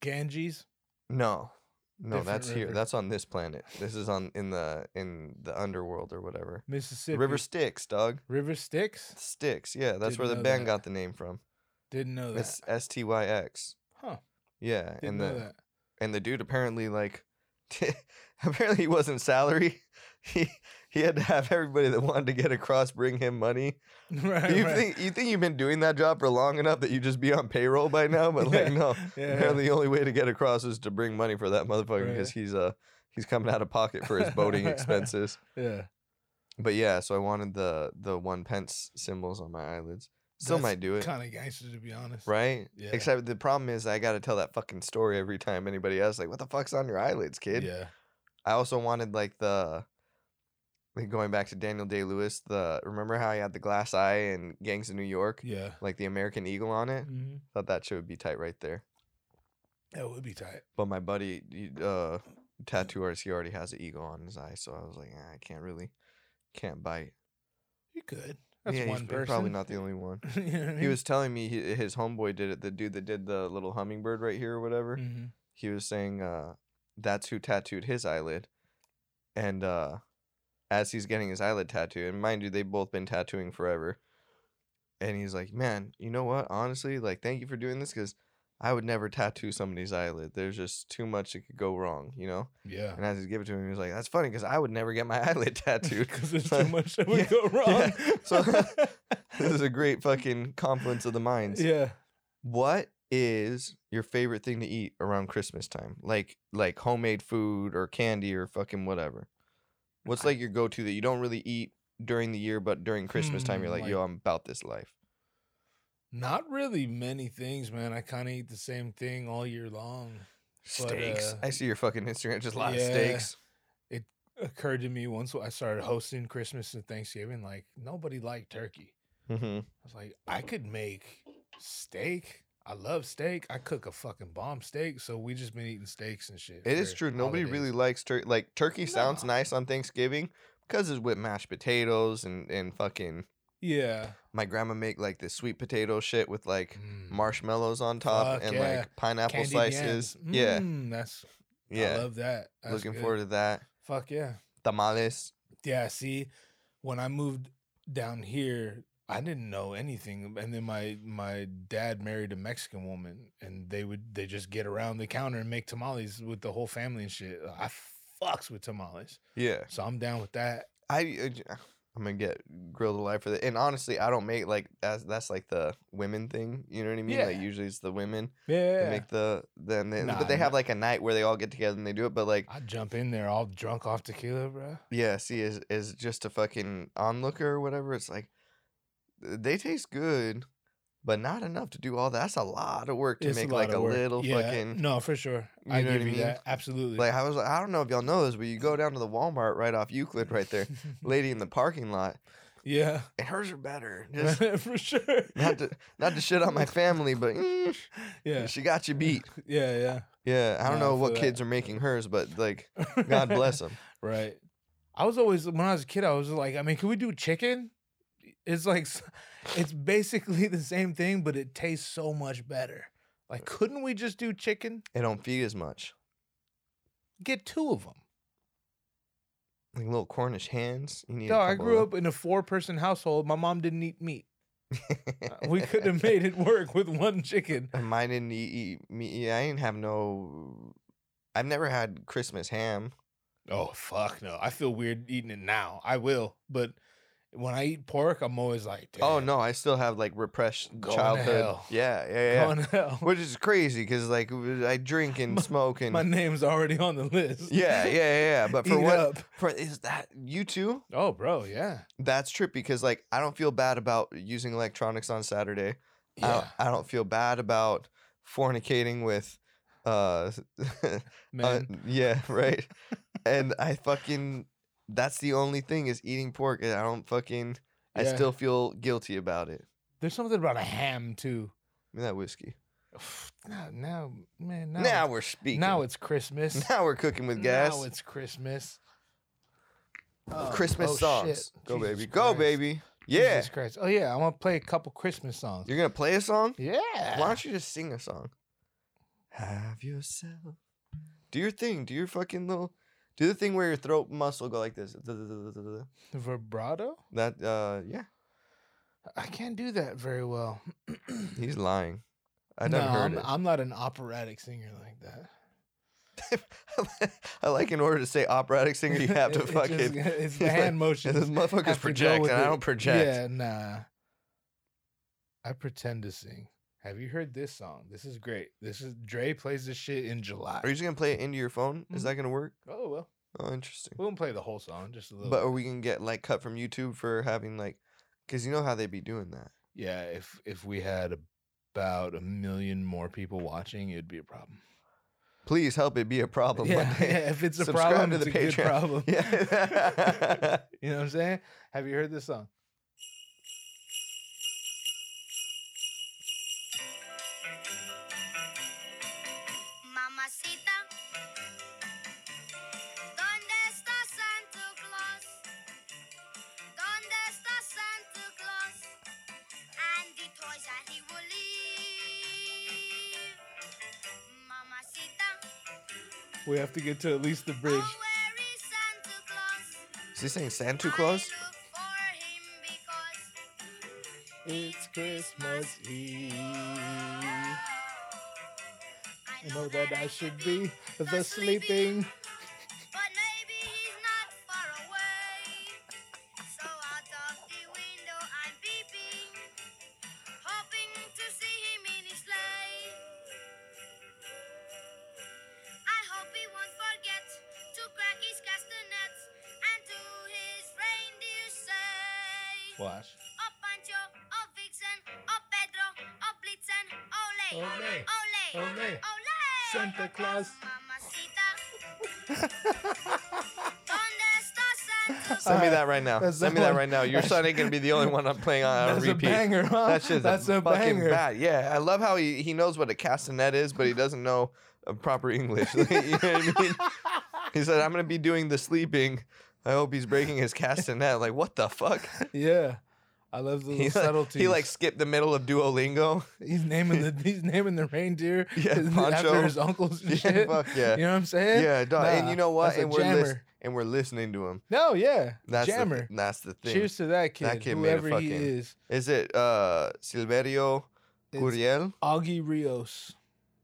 S2: Ganges.
S4: No, no,
S2: Different
S4: that's here.
S2: river.
S4: That's on this planet. This is on in the in the underworld or whatever.
S2: Mississippi.
S4: The river Styx, dog.
S2: River Styx?
S4: Styx. Yeah, that's
S2: Didn't
S4: where the
S2: know
S4: band
S2: that.
S4: got the name from.
S2: Didn't know that.
S4: It's S T Y X.
S2: huh.
S4: Yeah,
S2: Didn't
S4: and
S2: know
S4: the
S2: that. <laughs>
S4: and the dude apparently like <laughs> apparently he wasn't salary <laughs> he he had to have everybody that wanted to get across bring
S2: <laughs>
S4: him money
S2: right.
S4: you
S2: right.
S4: think you think you've been doing that job for long enough that you just be on payroll by now
S2: <laughs>
S4: but
S2: Yeah,
S4: like no
S2: yeah,
S4: apparently the only way to get across is to bring money for that motherfucker because
S2: Right.
S4: he's uh he's coming out of pocket for his
S2: <laughs>
S4: boating expenses
S2: Yeah.
S4: but yeah so i wanted the the one pence symbols on my eyelids still might do it
S2: Kind of gangster, to be honest.
S4: right
S2: Yeah.
S4: except the problem is i gotta tell that fucking story every time anybody else like what the fuck's on your eyelids kid
S2: Yeah.
S4: I also wanted like the like going back to Daniel Day Lewis, the remember how he had the glass eye in Gangs of New York?
S2: Yeah.
S4: Like the American Eagle on it?
S2: Mhm.
S4: Thought that shit would be tight right there.
S2: That would be tight.
S4: But my buddy he, uh tattoo artist, he already has an eagle on his eye, so I was like, "Ah, I can't really can't bite.
S2: You could. That's
S4: yeah, he's
S2: one person.
S4: probably not the only one.
S2: <laughs> you know what I
S4: He
S2: mean?
S4: was telling me he, his homeboy did it, the dude that did the little hummingbird right here or whatever.
S2: Mhm.
S4: he was saying uh that's who tattooed his eyelid and uh as he's getting his eyelid tattooed and mind you they've both been tattooing forever and he's like man you know what honestly like thank you for doing this because i would never tattoo somebody's eyelid there's just too much that could go wrong you know
S2: Mm-hmm. Yeah.
S4: <laughs> and as he's giving it to him he was like that's funny because i would never get my
S2: <laughs>
S4: <laughs> eyelid tattooed
S2: Because there's
S4: <laughs>
S2: too much that would
S4: yeah,
S2: go wrong.
S4: yeah. So- <laughs> this is a great fucking confluence of the
S2: <laughs>
S4: minds
S2: yeah.
S4: what is your favorite thing to eat around Christmas time? Like like homemade food or candy or fucking whatever. What's like your go to that you don't really eat during the year, but during Christmas time you're
S2: Hmm,
S4: like,
S2: like-
S4: yo, I'm about this life.
S2: Not really many things, man. I kind of eat the same thing all year long. But,
S4: Steaks.
S2: uh,
S4: I see your fucking Instagram, just a lot
S2: yeah. <laughs>
S4: of steaks.
S2: Occurred to me once when I started hosting Christmas and Thanksgiving, like nobody liked turkey.
S4: Mm-hmm.
S2: I was like, I could make steak. I love steak. I cook a fucking bomb steak. So we just been eating steaks and shit.
S4: It is
S2: for
S4: true. Nobody
S2: holidays.
S4: really likes turkey. Like turkey sounds
S2: No.
S4: nice on Thanksgiving because it's with mashed potatoes and and fucking.
S2: Yeah.
S4: My grandma make like this sweet potato shit with like
S2: Mm.
S4: marshmallows on top
S2: Fuck
S4: and
S2: yeah.
S4: like pineapple
S2: Candied
S4: slices.
S2: yams.
S4: Yeah,
S2: Mm, that's
S4: yeah.
S2: I love that. That's
S4: Looking
S2: good.
S4: forward to that.
S2: Fuck yeah.
S4: Tamales.
S2: Yeah, see, when I moved down here, I didn't know anything. And then my my dad married a Mexican woman and they would they just get around the counter and make tamales with the whole family and shit. I fucks with tamales.
S4: Yeah.
S2: So I'm down with that.
S4: I uh, j- I'm gonna get grilled alive for that. And honestly, I don't make like that's that's like the women thing. You know what I mean? Like
S2: Yeah.
S4: usually it's the women that
S2: Yeah.
S4: make the then they,
S2: Nah,
S4: but they have
S2: nah.
S4: like a night where they all get together and they do it. But like
S2: I jump in there all drunk off tequila, bro.
S4: yeah, see, is is just a fucking onlooker or whatever. It's like they taste uh, good, but not enough to do all that. That's a lot of work to
S2: It's
S4: make
S2: lot
S4: like
S2: of
S4: a
S2: work.
S4: little
S2: Yeah,
S4: fucking.
S2: No, for sure.
S4: You
S2: I
S4: know what
S2: give
S4: I
S2: you
S4: mean?
S2: that. Absolutely.
S4: Like I was, I don't know if y'all know this, but you go down to the Walmart right off Euclid, right
S2: <laughs>
S4: there. Lady in the parking lot,
S2: yeah.
S4: and hers are better. Just
S2: <laughs> for sure.
S4: <laughs> not to not to shit on my family, but <laughs> mm,
S2: <laughs> yeah.
S4: she got you beat.
S2: Yeah. <laughs> Yeah.
S4: Yeah, I don't
S2: No, I
S4: know what
S2: feel that.
S4: kids are making hers, but like, God bless them.
S2: <laughs> Right. I was always when I was a kid, I was like, I mean, can we do chicken? It's like, s- it's basically the same thing, but it tastes so much better. Like, couldn't we just do chicken?
S4: They don't feed as much.
S2: Get two of them.
S4: Like little Cornish hens. You need a
S2: No, I
S4: couple
S2: grew
S4: of
S2: up in a four-person household. My mom didn't eat meat. uh, <laughs> We could have made it work with one chicken.
S4: <laughs> And mine didn't eat, eat me. I didn't have no. I've never had Christmas ham.
S2: Oh fuck no! I feel weird eating it now. I will, but when I eat pork, I'm always like,
S4: Oh
S2: "Damn,
S4: no, I still have like repressed
S2: Going to
S4: childhood.
S2: hell.
S4: Yeah, yeah, yeah.
S2: going to hell.
S4: Which is crazy because like I drink
S2: <laughs>
S4: and
S2: My-
S4: smoke and
S2: My name's already on the list.
S4: yeah,
S2: <laughs>
S4: yeah, yeah, yeah. But for
S2: Eat
S4: what
S2: up.
S4: for is that you too?
S2: Oh, bro, yeah.
S4: That's trippy because like I don't feel bad about using electronics on Saturday. I
S2: Yeah,
S4: don't, I don't feel bad about fornicating with uh, <laughs> uh,
S2: man. <laughs>
S4: yeah right and i fucking that's the only thing is eating pork and i don't fucking i
S2: Yeah.
S4: still feel guilty about it
S2: There's something about a ham too. <sighs>
S4: Give me that whiskey
S2: Now, now man, now,
S4: now, we're speaking
S2: now it's Christmas.
S4: <laughs> now we're cooking with gas
S2: Now it's Christmas.
S4: christmas
S2: oh, shit.
S4: songs go
S2: Jesus
S4: baby go
S2: Christ.
S4: baby yeah
S2: Jesus Christ. Oh yeah, I'm gonna play a couple Christmas songs.
S4: you're gonna play a song
S2: yeah.
S4: why don't you just sing a song have yourself do your thing do your fucking little do the thing where your throat muscle go like this
S2: Vibrato?
S4: That uh yeah,
S2: I can't do that very well.
S4: he's lying. I
S2: no,
S4: never heard
S2: I'm,
S4: it.
S2: I'm not an operatic singer like that.
S4: <laughs> I like in order to
S2: <laughs>
S4: say operatic <laughs> singer, you have to
S2: It- it <laughs>
S4: fucking. <laughs>
S2: just- it's the
S4: like,
S2: hand motion.
S4: and this motherfucker's project, and I don't project.
S2: Yeah, nah. I pretend to sing. Have you heard this song? This is great. This is Dre plays this shit in July.
S4: Are you just gonna play it into your phone?
S2: Mhm.
S4: Is that gonna work?
S2: oh well,
S4: Oh, interesting.
S2: we won't play the whole song, just a little.
S4: But are we gonna get like cut from YouTube for having like, because you know how they be doing that.
S2: yeah, if if we had about a million more people watching, it'd be a problem.
S4: Please help it be a problem.
S2: <laughs>
S4: one
S2: yeah,
S4: day.
S2: yeah, if it's a
S4: <laughs> Subscribe
S2: problem,
S4: to
S2: it's a
S4: the
S2: good
S4: Patreon.
S2: problem.
S4: <laughs> Yeah.
S2: you know what I'm saying? Have you heard this song?
S1: Mamacita, ¿dónde está Santa Claus? ¿Dónde está Santa Claus? And the toys that he will leave. Mamacita,
S2: We have to get to at least the
S1: oh,
S2: bridge.
S1: where is Santa Claus?
S4: Is he saying Santa Claus?
S1: I look for him because
S2: It's Christmas Eve. I
S1: I
S2: know that I should be the sleeping.
S1: But maybe he's not far away. So out of the window I'm peeping, hoping to see him in his sleigh. I hope he won't forget to crack his castanets and to his reindeer say.
S2: Watch.
S1: Oh Pancho, oh Vixen, oh Pedro, oh Blitzen, ole,
S2: Ole,
S1: ole,
S2: ole,
S1: ole.
S2: Santa Claus.
S1: Mamacita. ¿Dónde está Santa
S4: Send me
S2: Alright,
S4: that right now.
S2: that's
S4: Send me
S2: that
S4: that
S2: one.
S4: right now. Your
S2: That's-
S4: son ain't gonna be the only one I'm playing on, on
S2: That's a
S4: repeat.
S2: banger, huh?
S4: That's just
S2: That's
S4: a,
S2: a
S4: fucking
S2: banger.
S4: bat. Yeah, I love how he, he knows what a castanet is, but he doesn't know uh, proper English. <laughs> you know what I mean? He said, "I'm gonna be doing the sleeping." I hope he's breaking his castanet. Like, what
S2: <laughs>
S4: the fuck?
S2: Yeah. I love the
S4: He,
S2: little subtleties.
S4: he like skipped the middle of Duolingo.
S2: <laughs>
S4: <laughs>
S2: he's naming the he's naming the reindeer
S4: Yeah, Pancho.
S2: <laughs> after his uncles and
S4: <laughs> Yeah,
S2: shit.
S4: fuck yeah.
S2: You know what I'm saying?
S4: Yeah, dog. and
S2: Nah,
S4: you know what?
S2: that's a
S4: And we're lis-
S2: jammer.
S4: and we're listening to him.
S2: No, yeah.
S4: That's The,
S2: jammer.
S4: th- that's the thing.
S2: Cheers to that kid,
S4: That kid made a
S2: whoever he
S4: fucking-
S2: is.
S4: Is it uh Silverio
S2: It's
S4: Curiel?
S2: Augie Rios.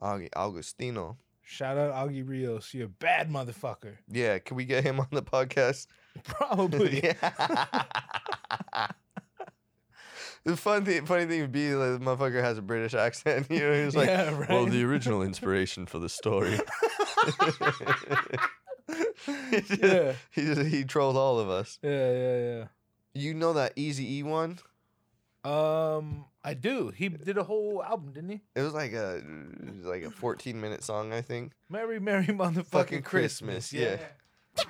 S4: Aug- Augustino.
S2: Shout out Augie Rios. You're a bad
S4: <laughs>
S2: motherfucker. <laughs>
S4: Yeah, can we get him on the podcast?
S2: Probably.
S4: yeah. <laughs> the fun thing, funny thing would be like, the motherfucker has a British accent. <laughs> You know, he's like,
S2: Yeah, right. <laughs>
S4: well, the original inspiration for the <laughs> story. he, just,
S2: yeah.
S4: he just he trolled all of us.
S2: Yeah, yeah, yeah.
S4: You know that Easy E one?
S2: Um, I do. He did a whole album, didn't he?
S4: It was like a it was like a 14 minute song, I think.
S2: Merry, merry <laughs> motherfucking
S4: Fucking
S2: Christmas.
S4: Christmas, yeah.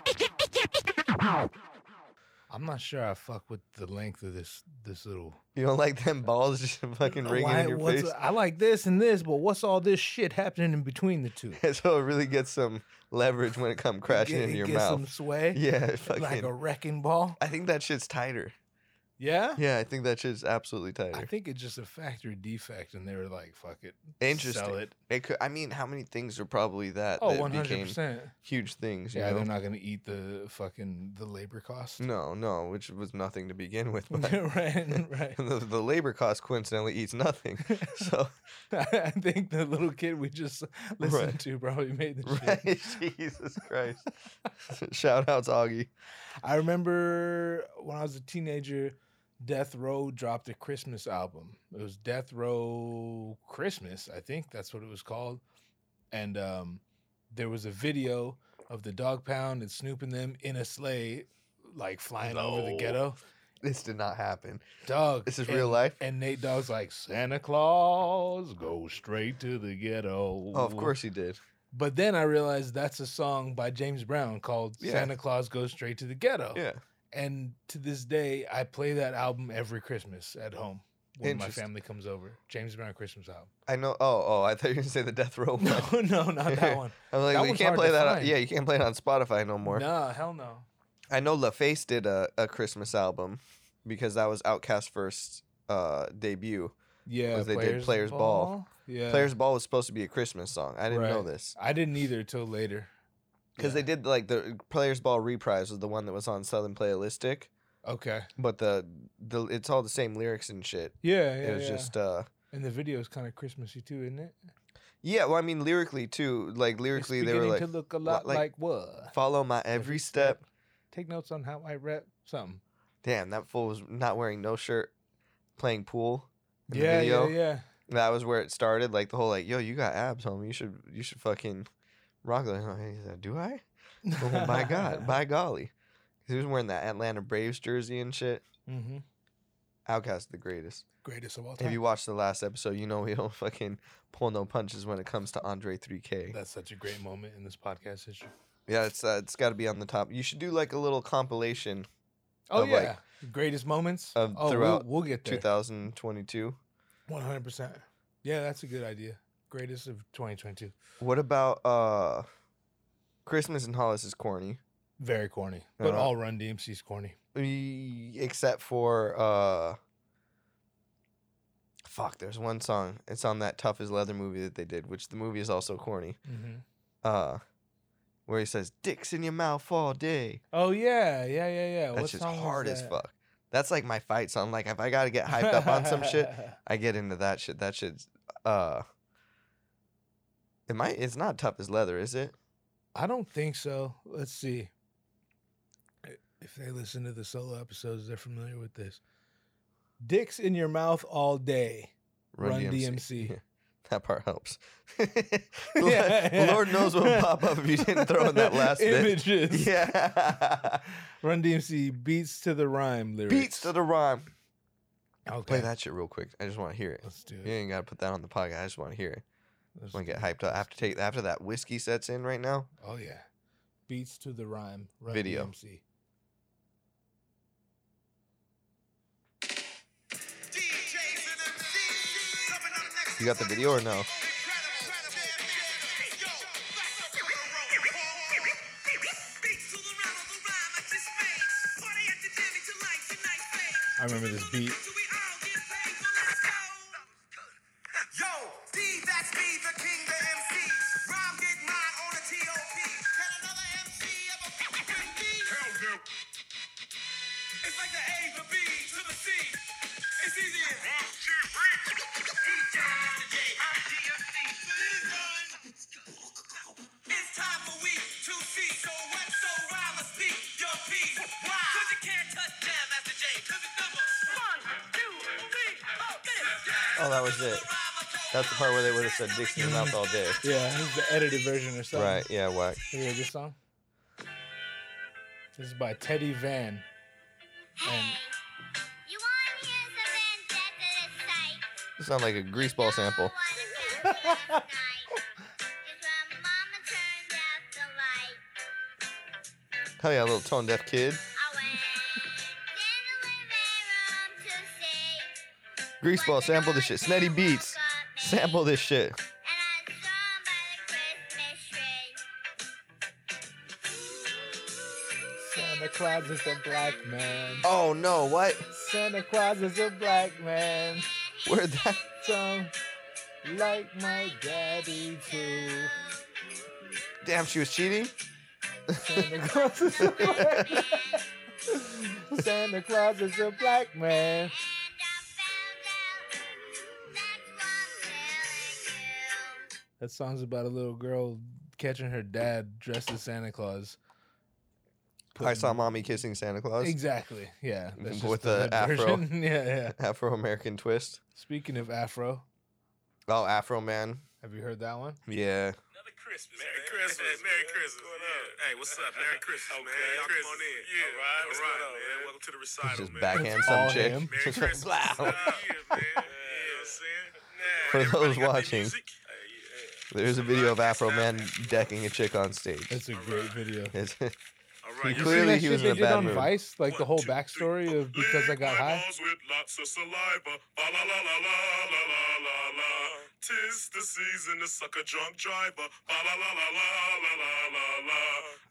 S2: I'm not sure I fuck with the length of this this little.
S4: You don't like them balls just fucking ringing
S2: Why-
S4: in your
S2: what's-
S4: face.
S2: I like this and this, but what's all this shit happening in between the two?
S4: so it really gets some leverage when it come <laughs> crashing
S2: Get-
S4: into your
S2: get Some
S4: mouth.
S2: <laughs> sway.
S4: <laughs> Yeah, it fucking.
S2: like a wrecking ball.
S4: I think that
S2: <laughs>
S4: shit's tighter.
S2: Yeah?
S4: Yeah, I think that shit's absolutely
S2: I
S4: tighter.
S2: think it's just a factory defect, and they were like, "Fuck it, sell
S4: Interesting.
S2: it."
S4: It could. I mean, how many things are probably that
S2: Oh,
S4: that
S2: one hundred
S4: became
S2: percent.
S4: huge things? You
S2: Yeah,
S4: know?
S2: they're not gonna eat the fucking the labor cost.
S4: No, no, which was nothing to begin with.
S2: <laughs>
S4: But
S2: right, right.
S4: <laughs>
S2: <laughs>
S4: the, the labor cost coincidentally eats nothing. So <laughs>
S2: I think the little kid we just listened
S4: Right.
S2: to probably made the shit.
S4: <laughs> right, Jesus Christ! <laughs> Shout outs, Augie.
S2: I remember when I was a teenager, Death Row dropped a Christmas album. It was Death Row Christmas, I think that's what it was called. And um, there was a video of the dog pound and Snoop and them in a sleigh, like flying over the
S4: No.
S2: ghetto.
S4: This did not happen.
S2: Dog.
S4: This is
S2: and-
S4: real life.
S2: And Nate Dogg's like, Santa Claus, go straight to the ghetto.
S4: Oh, of course he did.
S2: But then I realized that's a song by James Brown called
S4: Yeah.
S2: Santa Claus Goes Straight to the Ghetto.
S4: Yeah.
S2: And to this day, I play that album every Christmas at home when my
S4: Interesting.
S2: family comes over. James Brown Christmas
S4: <laughs>
S2: album.
S4: I know. Oh, oh, I thought you were gonna say the death row. one.
S2: <laughs> No, no, not that one.
S4: <laughs> I'm like,
S2: That
S4: you
S2: one's
S4: can't
S2: hard
S4: play
S2: to
S4: that. On,
S2: find.
S4: yeah, you can't play it on Spotify no <laughs> more.
S2: Nah, hell no.
S4: I know LaFace did a, a Christmas album because that was Outcast's first uh, debut.
S2: Yeah,
S4: they did Players Ball.
S2: Yeah,
S4: Players Ball was supposed to be a Christmas song. I didn't know
S2: Right.
S4: this
S2: I didn't either till later.
S4: because they did like the Players Ball reprise was the one that was on Southern Playalistic,
S2: Okay.
S4: but the the it's all the same lyrics and shit.
S2: Yeah, yeah.
S4: it was
S2: yeah.
S4: just uh
S2: and the video is kind of Christmassy too, isn't it? It's
S4: yeah. Well, I mean lyrically too. Like lyrically, they were
S2: beginning
S4: like
S2: to look a lot
S4: like-
S2: like, what?
S4: follow my every step.
S2: Take notes on how I rap something.
S4: Damn, that fool was not wearing no shirt, playing pool. in the
S2: Yeah, yeah,
S4: video.
S2: yeah.
S4: That was where it started. Like the whole like, yo, you got abs, homie. You should you should fucking rock. Like, oh, he said, do I? Oh
S2: <laughs>
S4: my god, by golly, 'Cause he was wearing that Atlanta Braves jersey and shit.
S2: hmm
S4: Outcast the greatest.
S2: Greatest of all time.
S4: If you watched the last episode, you know we don't fucking pull no punches when it comes to Andre 3K.
S2: That's such a great moment in this podcast history.
S4: yeah, it's uh, it's got to be on the top. You should do like a little compilation.
S2: Oh
S4: Of,
S2: yeah,
S4: like,
S2: greatest moments.
S4: of
S2: oh,
S4: throughout
S2: we'll, we'll get there.
S4: 2022.
S2: One hundred percent. Yeah, that's a good idea. Greatest of twenty twenty two.
S4: What about uh Christmas in Hollis is corny,
S2: Very corny, but
S4: Uh-huh.
S2: all Run DMC's corny.
S4: E- except for uh fuck. There's one song. It's on that Tough as Leather movie that they did, which the movie is also corny.
S2: Mm-hmm.
S4: Uh, where he says "dicks in your mouth all day."
S2: Oh yeah, yeah, yeah, yeah. Uh, What
S4: That's just
S2: song was
S4: hard as
S2: that?
S4: fuck. That's like my fight song. Like if I gotta get hyped up on some shit, I get into that shit. That shit's uh. It might. It's not tough as leather, is it?
S2: <laughs> I don't think so. Let's see. If they listen to the solo episodes, they're familiar with this. Dicks in your mouth all day. Run DMC.
S4: <laughs> Yeah, that part helps. <laughs>
S2: Yeah, <laughs> yeah.
S4: Lord knows what would pop up if you didn't throw
S2: <laughs>
S4: in that last bit.
S2: Images.
S4: <laughs> Yeah.
S2: Run DMC beats to the rhyme lyrics.
S4: Beats to the rhyme.
S2: okay.
S4: Play that shit real quick. I just want to hear it.
S2: Let's do it.
S4: You ain't gotta put that on the podcast. I just want to hear it.
S2: Let's
S4: I want
S2: do
S4: to get
S2: it.
S4: hyped up. After take after that whiskey sets in right now.
S2: Oh yeah. Beats to the rhyme. Run
S4: Video.
S2: DMC.
S4: You got the video
S2: <laughs>
S4: or no?
S2: I remember this beat.
S6: Yo, D, that's me, the king, the MC. Rhyme get mine on a TOP. Can another MC ever fuck with me? Hell no. It's like the A, the B, to the C. It's easy as one, two, three. Each time the J, I, D, and C. It's time for we to see. So what? So rhyme or speak your piece. Why? 'Cause you can't touch Jam Master J. 'cause it's number one, two, three, four, get it.
S4: Oh, that was it. That's the part where they would have said dicks in your mouth all day.
S2: Yeah, this is the edited version or something.
S4: Right? Yeah. Whack.
S2: You hear this song? This is by Teddy Van. And
S1: You wanna hear some vendetta?
S4: Sound like a greaseball sample. Hell yeah, little tone deaf kid. Greaseball, sample this shit. Snetty Beats, sample this shit.
S2: Santa Claus is a black man.
S4: Oh no, what?
S2: Santa Claus is a black man.
S4: Where'd that?
S2: Some like my daddy too.
S4: Damn, she was cheating?
S2: Santa Claus is a black <laughs> man. Santa Claus is a black man. That song's about a little girl catching her dad dressed as Santa Claus.
S4: I saw mommy kissing Santa Claus.
S2: Exactly.
S4: <laughs>
S2: Yeah.
S4: Mhm, but with
S2: the
S4: the afro.
S2: version. <laughs> yeah, yeah.
S4: Afro American twist.
S2: Speaking of afro,
S4: Oh, Afro Man.
S2: have you heard that one?
S4: Yeah.
S6: Merry Christmas. Merry Christmas. Merry Christmas. Yeah. Hey, what's up? Merry Christmas, man. Y'all come on in. Yeah. All right. All right, man. Welcome to the recital,
S4: Just
S6: man.
S4: backhand
S2: It's all
S4: some chick. <laughs>
S2: him.
S6: Merry Christmas.
S4: Blah.
S6: <laughs> Yeah, man. You know what I'm saying? Nah,
S4: For
S6: everybody
S4: those
S6: got their
S4: watching.
S6: music? Hey, yeah.
S4: There's a video of Afro Man decking a chick on stage.
S2: That's a great video.
S4: <laughs> It's,
S6: All
S4: He
S6: right, you
S2: You
S6: see
S2: seen
S4: Clearly
S2: that
S4: he
S2: shit
S4: was in
S2: they
S4: a
S2: did
S4: bad
S2: on
S4: mood.
S2: Vice, like the
S6: One,
S2: whole
S6: two, three.
S2: backstory of because I
S6: Lick
S2: got
S6: my
S2: high.
S6: balls with lots of saliva. Ba la la la la la la la la. Tis the season to suck a drunk driver. Ba la la la la la la la la.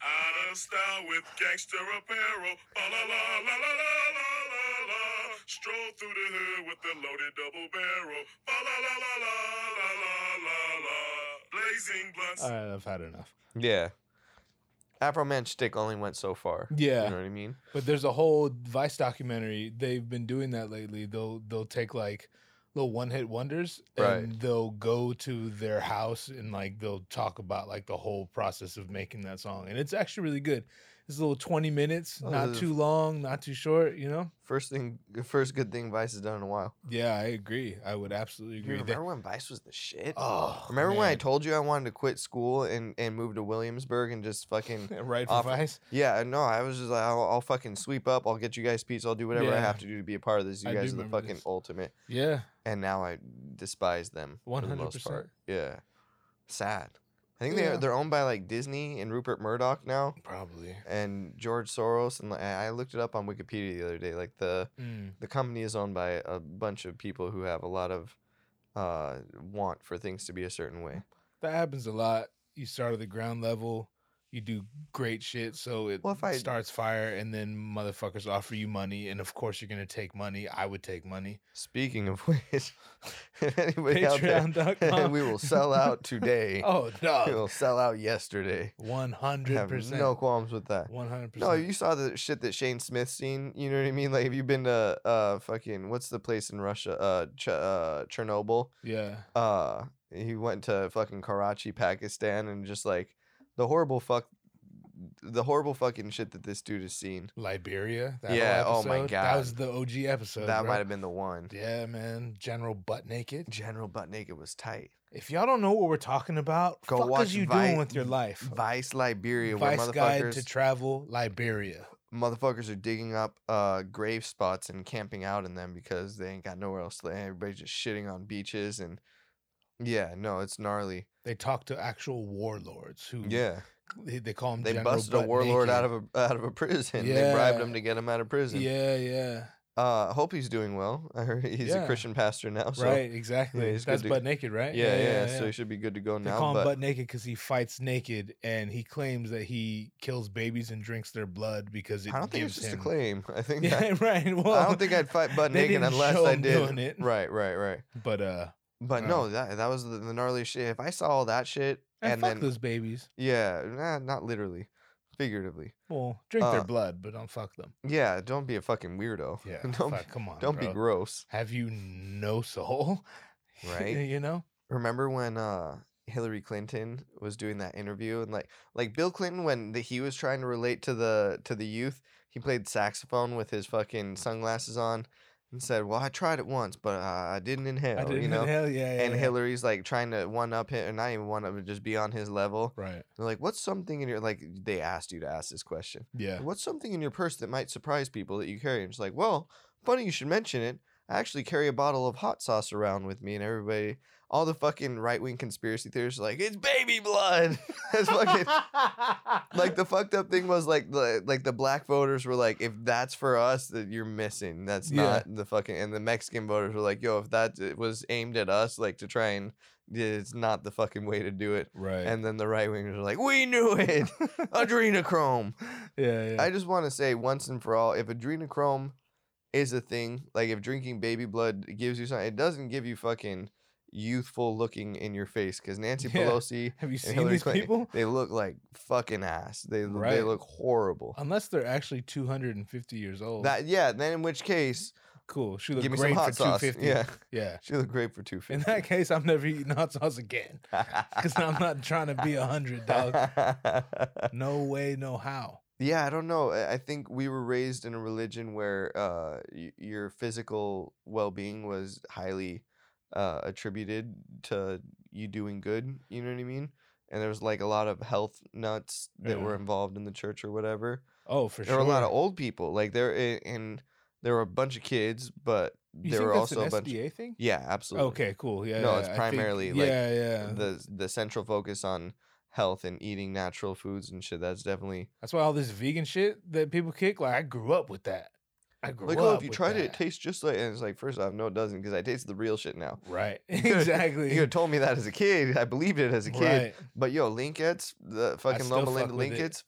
S6: Out of style with gangster apparel. Ba la la la la la la la la. Stroll through the hood with the loaded double barrel. Ba la la la la la la la la. Blazing blunts.
S2: All right, I've had enough.
S4: yeah. Afro Man stick only went so far.
S2: Yeah.
S4: You know what I mean?
S2: But there's a whole Vice documentary. They've been doing that lately. They'll they'll take like little one hit wonders and
S4: Right.
S2: they'll go to their house and like they'll talk about like the whole process of making that song. And it's actually really good. It's a little 20 minutes,
S4: Oh,
S2: not
S4: this is-
S2: too long, not too short, you know?
S4: First thing, first good thing Vice has done in a while.
S2: Yeah, I agree. I would absolutely
S4: Dude,
S2: agree. They-
S4: remember when Vice was the shit?
S2: oh,
S4: remember when I
S2: man.
S4: told you I wanted to quit school and, and move to Williamsburg and just fucking
S2: <laughs> right for
S4: off-
S2: Vice?
S4: yeah no I was just like I'll, I'll fucking sweep up I'll get you guys pizza I'll do whatever I
S2: Yeah.
S4: have to do to be a part of this. You
S2: I do
S4: guys are the
S2: remember
S4: fucking
S2: this.
S4: ultimate.
S2: Yeah.
S4: and now I despise them. One hundred
S2: 100%.
S4: percent. Yeah, sad. I think
S2: Yeah.
S4: they're they're owned by like Disney and Rupert Murdoch now,
S2: Probably.
S4: and George Soros. And like, I I looked it up on Wikipedia the other day. Like the
S2: Mm.
S4: the company is owned by a bunch of people who have a lot of uh want for things to be a certain way.
S2: That happens a lot. You start at the ground level, you do great shit, so it
S4: Well, if I-
S2: starts fire, and then motherfuckers offer you money, and of course you're gonna take money. I would take money.
S4: <laughs> Speaking of which, if anybody out there,
S2: Patreon.com.
S4: <laughs> we will sell out today.
S2: <laughs> oh
S4: <laughs> We
S2: no,
S4: will sell out yesterday.
S2: one
S4: I
S2: hundred
S4: have
S2: percent.
S4: no qualms with that.
S2: one hundred
S4: No,
S2: percent.
S4: you saw the shit that Shane Smith's seen. You know what I mean? Like, have you been to uh fucking what's the place in Russia? Uh, Ch- uh Chernobyl.
S2: Yeah,
S4: Uh, he went to fucking Karachi, Pakistan, and just like the horrible fuck, the horrible fucking shit that this dude has seen.
S2: Liberia. That whole
S4: Yeah, oh my
S2: episode, that
S4: God.
S2: was the OG episode.
S4: that
S2: bro.
S4: might have been the one.
S2: Yeah, man. General butt naked.
S4: General Butt Naked was tight.
S2: If y'all don't know what we're talking about,
S4: Go
S2: fuck
S4: watch
S2: is you
S4: Vi-
S2: doing with your life?
S4: Vice Liberia,
S2: Vice
S4: where
S2: Guide
S4: motherfuckers
S2: to Travel Liberia.
S4: motherfuckers are digging up uh grave spots and camping out in them because they ain't got nowhere else to land. Everybody's just shitting on beaches and yeah, no, it's gnarly.
S2: They talk to actual warlords who
S4: Yeah,
S2: they, they call him
S4: they
S2: Mm, General
S4: busted a
S2: Butt
S4: warlord out
S2: Naked.
S4: of a out of a prison. They bribed
S2: Yeah.
S4: him to get him out of prison.
S2: yeah yeah
S4: Uh, I hope he's doing well. <laughs> I heard he's
S2: Yeah.
S4: a Christian pastor now, so
S2: right exactly
S4: he's good
S2: that's
S4: to-
S2: butt naked right
S4: yeah, yeah, So he should be good to go
S2: they
S4: now.
S2: call him
S4: but
S2: butt naked because he fights naked and he claims that he kills babies and drinks their blood because it
S4: I don't think it's
S2: gives
S4: just
S2: him
S4: a claim. <laughs> I
S2: <laughs>
S4: think
S2: yeah
S4: that,
S2: right well
S4: I don't think I'd fight
S2: <laughs>
S4: butt
S2: they
S4: naked
S2: didn't
S4: unless
S2: show
S4: I
S2: him
S4: did.
S2: doing it.
S4: Right, right, right.
S2: but uh
S4: But
S2: Wow.
S4: no, that that was the, the gnarliest shit. If I saw all that shit
S2: and,
S4: and
S2: fuck
S4: then
S2: those babies
S4: Yeah, nah, not literally, figuratively.
S2: well drink their
S4: Uh,
S2: blood but don't fuck
S4: <laughs>
S2: them
S4: Yeah, don't be a fucking weirdo.
S2: yeah
S4: <laughs> don't
S2: fuck, come on
S4: don't be
S2: bro.
S4: gross.
S2: have you no soul <laughs>
S4: Right?
S2: you know
S4: Remember when uh Hillary Clinton was doing that interview and like like Bill Clinton when the, he was trying to relate to the to the youth, he played saxophone with his fucking sunglasses on and said, "Well, I tried it once, but uh, I didn't inhale."
S2: I didn't <laughs>
S4: you know.
S2: inhale yeah, yeah
S4: and
S2: yeah.
S4: Hillary's like trying to one up him, or not even one up, but just be on his level.
S2: right
S4: They're like, "What's something in your like?" They asked you to ask this question.
S2: yeah
S4: What's something in your purse that might surprise people that you carry? And she's like, well, funny you should mention it. I actually carry a bottle of hot sauce around with me, and everybody, all the fucking right wing conspiracy theorists, are like it's baby blood. <laughs>
S2: <laughs>
S4: That's fucking like the fucked up thing was like the like the black voters were like, if that's for us, that you're missing. That's
S2: Yeah.
S4: not the fucking. And the Mexican voters were like, yo, if that was aimed at us, like to try and it's not the fucking way to do it.
S2: right.
S4: And then the right wingers are like, we
S2: <laughs>
S4: knew it. Adrenochrome.
S2: yeah, yeah.
S4: I just want to say once and for all, if adrenochrome is a thing, like if drinking baby blood gives you something, it doesn't give you fucking youthful looking in your face because Nancy
S2: Yeah. <laughs>
S4: Pelosi
S2: Have you
S4: and
S2: seen
S4: Hillary
S2: these
S4: Clinton,
S2: people?
S4: they look like fucking ass. They they
S2: Right.
S4: look horrible.
S2: Unless they're actually 250 years old.
S4: That yeah. Then in which case,
S2: cool. She looked
S4: give me
S2: great
S4: some hot
S2: for
S4: sauce.
S2: 250.
S4: Yeah, <laughs>
S2: Yeah.
S4: she looked great
S2: <laughs>
S4: for two
S2: In
S4: fifty.
S2: that case, I'm never eating hot sauce again <laughs> because
S4: <laughs>
S2: I'm not trying to be a hundred dog. No way, no how.
S4: Yeah, I don't know. I I think we were raised in a religion where uh, y- your physical well being was highly uh, attributed to you doing good. You know what I mean? And there was like a lot of health nuts that
S2: Yeah.
S4: were involved in the church or whatever.
S2: Oh, Mm. for
S4: there
S2: sure.
S4: were a lot of old people. Like there, a- and there were a bunch of kids, but
S2: You
S4: there
S2: think
S4: were
S2: that's
S4: also
S2: an
S4: a bunch.
S2: SBA thing?
S4: Yeah, absolutely.
S2: Okay, uh cool. Yeah.
S4: No,
S2: yeah,
S4: it's
S2: I think-
S4: primarily, like,
S2: yeah, yeah.
S4: The the central focus on health and eating natural foods and shit. That's definitely
S2: That's why all this vegan shit that people kick. Like I grew up with that. I grew
S4: Like,
S2: up.
S4: oh, if you
S2: with
S4: tried it, it
S2: that.
S4: tastes just like. And it's like, first off, no, it doesn't, because I taste the real shit now.
S2: right. <laughs>
S4: You could've- You
S2: exactly.
S4: could have told me that as a kid. I believed it as a kid.
S2: Right.
S4: But yo, Linkets, the fucking
S2: still
S4: Loma Linda
S2: fuck with it.
S4: Linkets,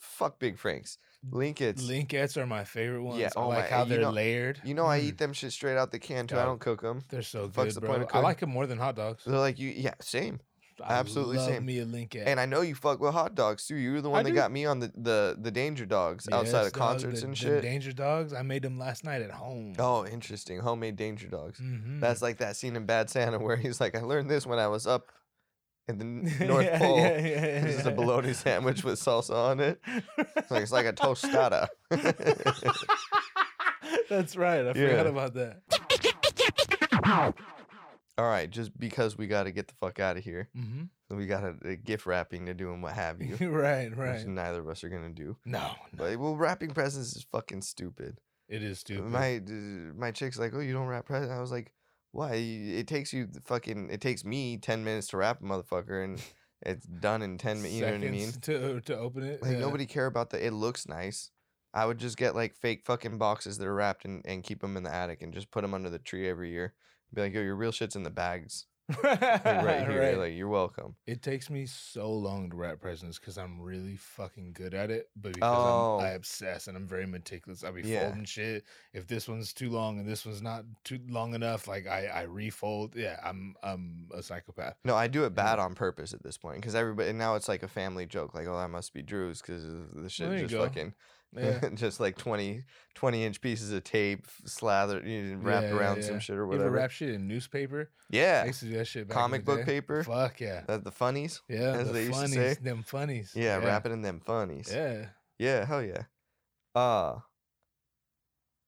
S4: fuck Big Franks. Linkets.
S2: Linkettes are my favorite ones. I
S4: oh
S2: like
S4: my-
S2: how
S4: you
S2: they're
S4: know-
S2: layered.
S4: you know, I
S2: Mm,
S4: eat them shit straight out the can too. I
S2: Dog.
S4: don't cook them.
S2: They're so
S4: fucks
S2: good,
S4: the
S2: bro.
S4: point of
S2: I like them more than hot dogs.
S4: They're like, you, yeah, same.
S2: I
S4: absolutely
S2: love
S4: same.
S2: Me a Linkette.
S4: And I know you fuck with hot dogs too. You were the one that
S2: do.
S4: got me on the, the, the danger dogs outside
S2: Yes,
S4: of
S2: dog,
S4: concerts
S2: the-
S4: and
S2: the
S4: shit.
S2: Danger dogs. I made them last night at home.
S4: oh, interesting. Homemade danger dogs.
S2: Mhm.
S4: That's like that scene in Bad Santa <laughs> where he's like, I learned this when I was up in the
S2: <laughs>
S4: n-
S2: <laughs>
S4: North
S2: Yeah,
S4: Pole.
S2: yeah, yeah,
S4: <laughs> This is a
S2: yeah.
S4: bologna sandwich with salsa on it. It's like, it's like a tostada.
S2: <laughs>
S4: <laughs>
S2: That's right. I
S4: Yeah.
S2: forgot about that.
S4: All right, just because we got to get the fuck out of here,
S2: hmm
S4: we got a, a gift wrapping to do and what
S2: <laughs>
S4: have you,
S2: right,
S4: which
S2: right.
S4: neither of us are gonna do.
S2: No, no,
S4: But well, wrapping presents is fucking stupid.
S2: it is stupid.
S4: My d- my chick's like, oh, you don't wrap presents. I was like, why? It takes you the fucking. It takes me ten minutes to wrap a motherfucker, and it's done in ten minutes. You know what I
S2: Seconds
S4: mean?
S2: To to open it, uh,
S4: Like
S2: yeah.
S4: nobody care about the. It looks nice. I would just get like fake fucking boxes that are wrapped and, and keep them in the attic and just put them under the tree every year. Be like, yo, your real shit's in the bags like, right
S2: <laughs>
S4: here.
S2: Right.
S4: Like you're welcome.
S2: It takes me so long to wrap presents because I'm really fucking good at it, but because
S4: Oh.
S2: I'm, I obsess and I'm very meticulous, I'll be
S4: Yeah.
S2: folding shit. If this one's too long and this one's not too long enough, like I I refold. Yeah, I'm I'm a psychopath.
S4: No, I do it bad on purpose at this point because everybody and now it's like a family joke. Like, oh, that must be Drew's because the shit
S2: There you
S4: just
S2: go.
S4: fucking <laughs>
S2: Yeah.
S4: just like 20, 20 inch pieces of tape slathered you know, wrapped
S2: Yeah, yeah,
S4: around
S2: yeah.
S4: some shit or
S2: You ever
S4: whatever.
S2: wrap shit in newspaper? I
S4: yeah,
S2: used to do that shit. Back in
S4: comic
S2: the
S4: book
S2: day.
S4: paper.
S2: Fuck
S4: <laughs>
S2: yeah.
S4: That the funnies.
S2: Yeah,
S4: as
S2: the
S4: they used to
S2: funnies,
S4: say.
S2: them funnies.
S4: Yeah, wrap it in them funnies.
S2: Yeah,
S4: <laughs>
S2: <laughs>
S4: Yeah, hell yeah. Uh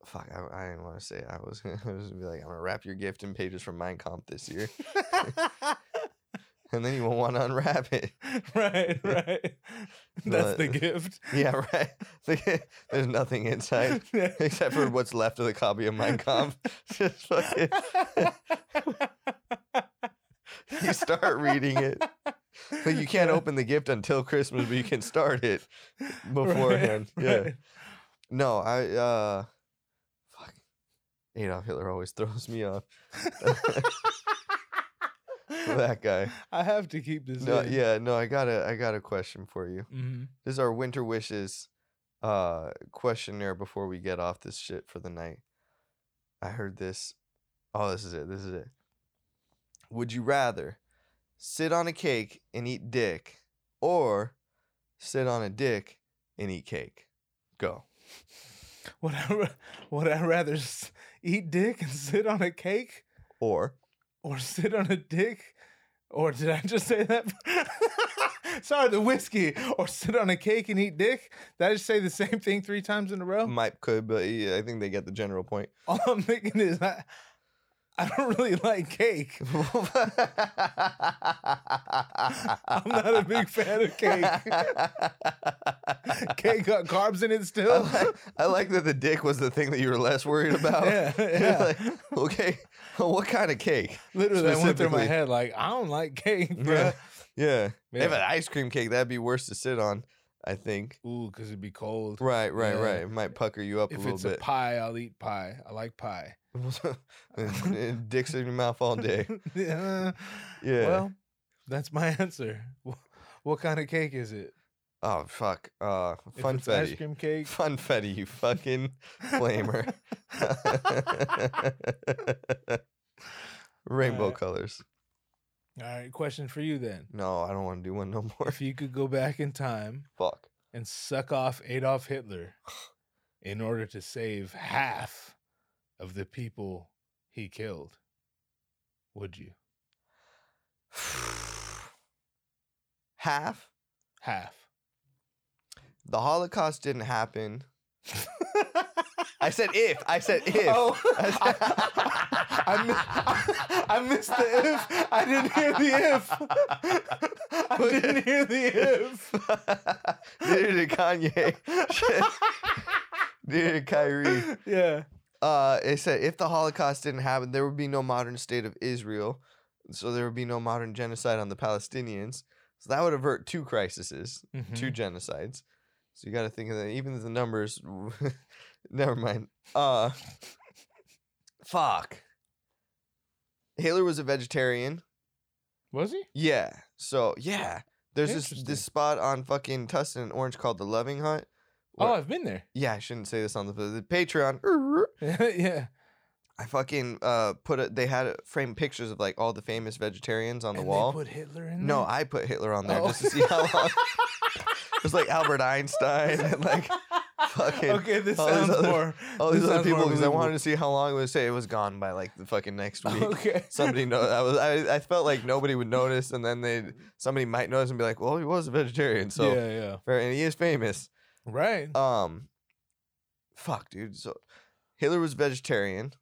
S4: fuck, I, I didn't want to say it. I was <laughs> I was gonna be like, I'm gonna wrap your gift in pages from Mind Comp this year. <laughs> and then you won't want to unwrap it. <laughs>
S2: right, right. That's the
S4: But-
S2: gift.
S4: Yeah, right. <laughs> Like, There's nothing inside
S2: <laughs>
S4: <laughs>
S2: Yeah.
S4: except for what's left of the copy of Mein Kampf. <laughs> Just fucking, you start reading it. Like you can't open the gift until Christmas, but you can start
S2: <laughs>
S4: it beforehand. Yeah.
S2: right.
S4: No, I uh fuck. Adolf Hitler always throws me off. <laughs> that guy.
S2: <laughs> I have to keep this.
S4: No,
S2: in.
S4: yeah, no, I got a I got a question for you.
S2: Mhm.
S4: This is our winter wishes uh questionnaire before we get off this shit for the night. I heard this. Oh, this is it. This is it. Would you rather sit on a cake and eat dick or sit on a dick and eat cake? Go.
S2: Would I ra- would I rather s- eat dick and sit on a cake,
S4: Or
S2: or sit on a dick, or did I just say that? <laughs> Sorry, the whiskey, or sit on a cake and eat dick. Did I just say the same thing three times in a row? <laughs>
S4: might could, but yeah, I think they get the general point.
S2: All I'm thinking is I, I don't really like cake. I'm not a big fan of
S4: <laughs>
S2: cake. Cake got carbs in it
S4: <laughs> I
S2: still.
S4: like, I like that the dick was the thing that you were less worried about.
S2: Yeah,
S4: <laughs> You're
S2: yeah.
S4: like, okay, <laughs> what kind of cake?
S2: Literally, that went through my
S4: specifically.
S2: head like, I don't like cake,
S4: Yeah.
S2: bro.
S4: Yeah.
S2: Yeah.
S4: If an ice cream cake, that'd be worse to sit on, I think.
S2: Ooh, because it'd be cold.
S4: Right, right,
S2: Yeah.
S4: right. It might pucker you up a
S2: If
S4: little
S2: it's a
S4: bit. <laughs>
S2: pie, I'll eat pie. I like pie. <laughs>
S4: And- and Dicks in your mouth all day.
S2: yeah.
S4: Yeah.
S2: Well, that's my <laughs> answer. Wh- What kind of cake is it?
S4: oh fuck. Uh,
S2: If it's ice
S4: funfetti.
S2: cream cake.
S4: Funfetti, you fucking
S2: <laughs>
S4: flamer. <laughs> Rainbow
S2: Alright.
S4: colors.
S2: All right, question for you then.
S4: No, I don't want to do one no more. <laughs>
S2: If you could go back in time
S4: Fuck.
S2: and suck off Adolf Hitler in order to save half of the people he killed, would you?
S4: <sighs> Half.
S2: Half. <laughs>
S4: The Holocaust didn't happen. I said if. I said if. <laughs>
S2: Oh,
S4: I,
S2: I, mi- <laughs> I missed the if. I didn't hear the if. I didn't hear the
S4: <laughs>
S2: if.
S4: Dude, Kanye. <laughs> Shit. Dude, Kyrie.
S2: Yeah.
S4: Uh, it said if the Holocaust didn't happen, there would be no modern state of Israel, so there would be no modern genocide on the Palestinians. So that would avert two crises, two
S2: Mm-hmm.
S4: genocides. So you got to think of that. Even the numbers. <laughs> never mind. Uh, fuck. Hitler was a vegetarian.
S2: Was he?
S4: Yeah. So yeah, there's this
S2: Interesting.
S4: this spot on fucking Tustin and Orange called the Loving Hut.
S2: Oh,
S4: Where-
S2: I've been there.
S4: yeah, I shouldn't say this on the, the Patreon.
S2: <laughs>
S4: <laughs>
S2: yeah.
S4: I fucking uh put a, they had a, framed pictures of like all the famous vegetarians on the
S2: And they
S4: wall.
S2: put Hitler in
S4: no,
S2: there?
S4: I put Hitler on there
S2: Oh.
S4: just to see how long. <laughs> it was
S2: <laughs>
S4: like Albert Einstein and like fucking
S2: okay, this
S4: all these
S2: sounds
S4: other-
S2: more.
S4: <laughs> all these
S2: this
S4: other
S2: sounds more
S4: people because
S2: believable.
S4: I
S2: Oh,
S4: wanted to see how long it would say it was gone by like the
S2: <laughs>
S4: fucking next week.
S2: Okay.
S4: Somebody know I was I, I felt like nobody would notice and then they somebody might notice and be like, well, he was a vegetarian, so
S2: yeah, yeah,
S4: fair, and he is famous.
S2: right.
S4: Um, fuck, dude. So Hitler was vegetarian.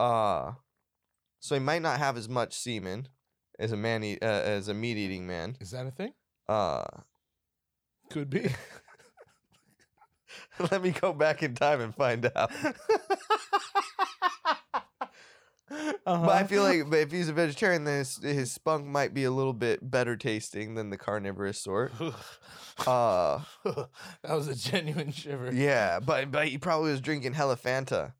S4: Uh, so he might not have as much semen as a man eat, uh, as a meat eating man.
S2: Is that a thing?
S4: Uh, <laughs>
S2: Could be.
S4: let me go back in time and find out. But
S2: Um, <laughs>
S4: I feel like but if he's a vegetarian, then his, his spunk might be a little bit better tasting than the carnivorous
S2: <laughs>
S4: sort. Uh,
S2: that was a genuine shiver.
S4: yeah, but but he probably was drinking hella Fanta.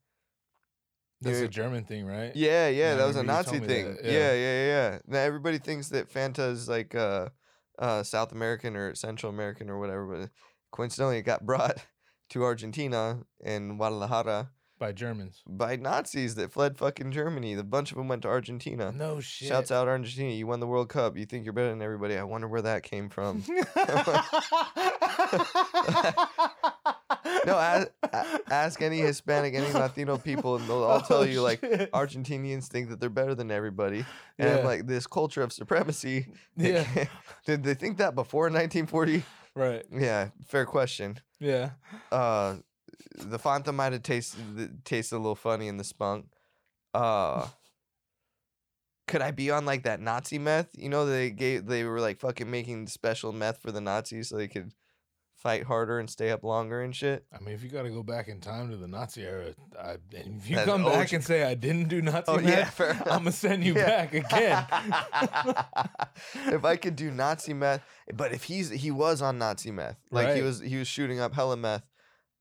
S2: That's a
S4: you're-
S2: German thing, right?
S4: Yeah, yeah,
S2: I
S4: that was a
S2: remember you
S4: Nazi
S2: told me
S4: thing.
S2: that,
S4: Yeah.
S2: yeah.
S4: yeah, yeah, Now everybody thinks that Fanta is like uh, uh, South American or Central American or whatever, but coincidentally, it got brought <laughs> to Argentina and Guadalajara
S2: By Germans.
S4: by Nazis that fled fucking Germany. The bunch of them went to Argentina.
S2: No shit.
S4: Uh, Shouts
S2: <laughs>
S4: out <laughs> Argentina! You won the World Cup. You think you're better than everybody? I wonder where that came from. no, ask, ask any Hispanic, any Latino people, and they'll all
S2: <laughs>
S4: tell
S2: Oh,
S4: you like
S2: shit.
S4: Argentinians think that they're better than everybody. And
S2: Yeah.
S4: I'm like, this culture of supremacy. they
S2: Yeah.
S4: can't- Did they think that before 1940?
S2: Right.
S4: Yeah, fair question.
S2: Yeah.
S4: Uh, the Fanta might have tasted th- tasted a little funny in the spunk. Uh, could I be on like that Nazi meth? You know, they gave they were like fucking making special meth for the Nazis so they could fight harder and stay up longer and shit.
S2: I mean, if you got to go back in time to the Nazi era, I, <laughs> and if you
S4: That's
S2: come
S4: old
S2: back
S4: shit.
S2: and say I didn't do Nazi
S4: <laughs> Oh,
S2: math,
S4: yeah, fair enough.
S2: I'm gonna send you
S4: <laughs> Yeah.
S2: back again.
S4: <laughs> if I could do Nazi meth, but if he's he was on Nazi meth, like he
S2: Right.
S4: was he was shooting up hella meth.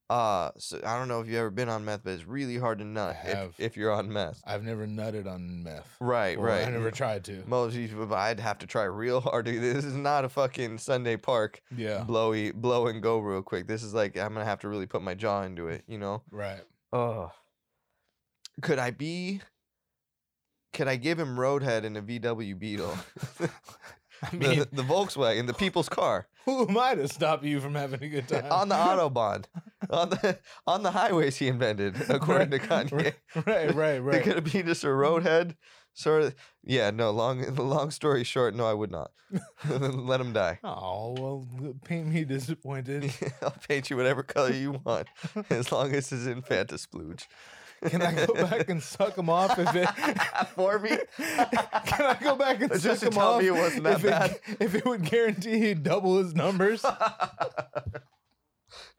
S4: Uh, so I don't know if you've ever been on meth, but it's really hard to nut
S2: have.
S4: if, if you're on meth.
S2: I've never nutted on meth.
S4: Right,
S2: Or
S4: right.
S2: I never tried to.
S4: Most people, but I'd have to try real hard. to- This is not a fucking Sunday park
S2: Yeah.
S4: blowy blow and go real quick. This is like I'm gonna have to really put my jaw into it. You know. <laughs>
S2: Right.
S4: Oh. Could I be? Could I give him Roadhead in a VW Beetle?
S2: <laughs>
S4: <laughs>
S2: I
S4: The- <laughs>
S2: mean,
S4: the, Volkswagen, the people's car
S2: <laughs> who am I to stop you from having a good time?
S4: <laughs>
S2: <laughs>
S4: on the autobahn, on the on the highways he invented,
S2: <laughs>
S4: according to
S2: Right,
S4: Kanye.
S2: <laughs>
S4: <laughs>
S2: right, right,
S4: It
S2: right.
S4: could be just a roadhead, sort of. Yeah, no. Long <laughs> long story short, no, I would
S2: <laughs>
S4: not. <laughs> Let him die. <laughs>
S2: Oh well, paint me disappointed. <laughs>
S4: I'll paint you whatever color you want, as long as it's in Fanta splooge. <laughs>
S2: Can I go back and suck them off if it? <laughs>
S4: For me?
S2: Can I go back and
S4: Just
S2: suck
S4: to
S2: him
S4: tell
S2: off?
S4: me it wasn't that
S2: if
S4: bad.
S2: It, <laughs> if it would guarantee he'd double his
S4: <laughs>
S2: numbers,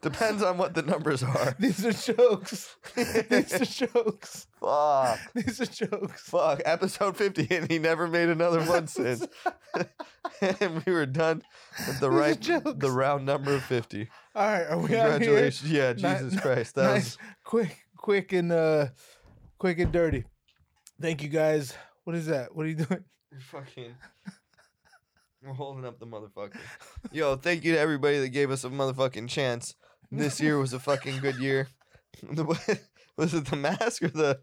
S4: Depends on what the
S2: <laughs>
S4: numbers are.
S2: these are jokes. These are jokes.
S4: Fuck.
S2: These are jokes.
S4: Fuck. Episode 50, and he never made
S2: <laughs>
S4: another one since. <laughs> and we were done with the
S2: These are
S4: right,
S2: jokes.
S4: the round number of
S2: <laughs>
S4: 50.
S2: All right, are we out here?
S4: Congratulations. Yeah,
S2: Ni-
S4: Jesus
S2: ni-
S4: Christ. That
S2: nice, quick, quick and uh, quick and dirty. Thank you guys. What is that? What are you doing? <laughs>
S4: was <laughs> fucking. We're holding up the motherfucker. Yo, thank you to everybody that gave us a motherfucking chance. This year was a fucking good year. <laughs> The- was it the mask or the.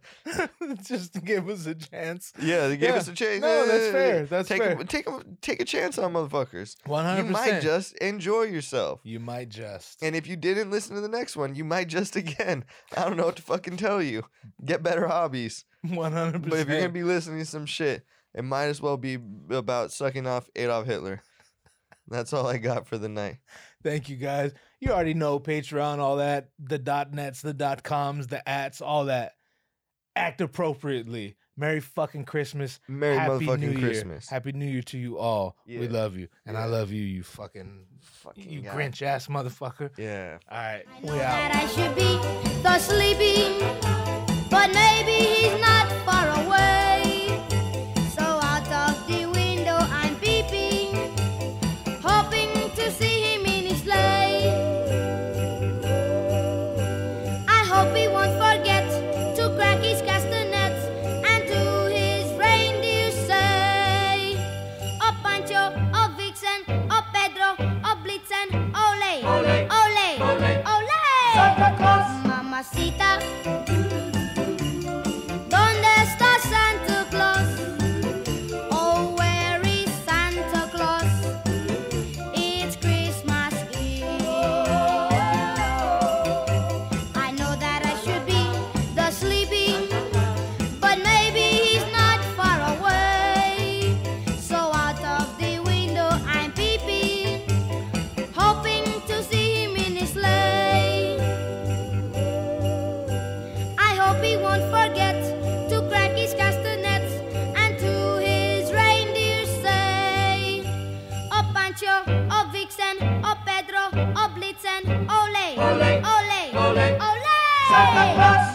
S2: Just to give us a chance.
S4: Yeah, they gave
S2: Yeah.
S4: us a chance.
S2: No, that's
S4: Yeah.
S2: fair. That's
S4: take
S2: fair.
S4: A, take, a, take a chance on motherfuckers.
S2: One
S4: You
S2: hundred
S4: might
S2: percent.
S4: just enjoy yourself.
S2: You might just.
S4: And if you didn't listen to the next one, you might just <laughs> again. I don't know what to fucking tell you. Get better hobbies.
S2: One hundred percent.
S4: But if you're gonna be listening to some shit, it might as well be about sucking off Adolf Hitler. That's all I got for the night.
S2: Thank you guys. You already know Patreon, all that, the dot nets, the dot coms, the ats, all that. Act appropriately. Merry fucking Christmas.
S4: Merry
S2: Happy
S4: motherfucking
S2: New Year.
S4: Christmas.
S2: Happy New Year to you all. We
S4: Yeah.
S2: love you. And I
S4: Yeah.
S2: love you, you fucking,
S4: Fucking
S2: you
S4: guy.
S2: Grinch ass motherfucker.
S4: Yeah.
S2: All right,
S1: I know
S2: we out.
S1: that I should be the sleepy, but maybe he's not far away. So out of the window I'm peeping, hoping to see him in his sleigh. I hope he won't forget to crack his castanets and to his reindeer say, Oh Pancho, oh Vixen, oh Pedro, oh Blitzen, ole, ole, ole, ole. Santa Claus, Mamacita. ¿Dónde está Santa Claus? Oh, where is Santa Claus? It's Christmas Eve. I know that I should be the sleepy, but maybe he's not far away. So out of the window I'm peeping, hoping to see him in his sleigh. I hope he won't forget to crack his castanets and to his reindeer say, Oh Pancho, oh Vixen, oh Pedro, oh Blitzen, ole, ole, ole, ole, Santa Claus.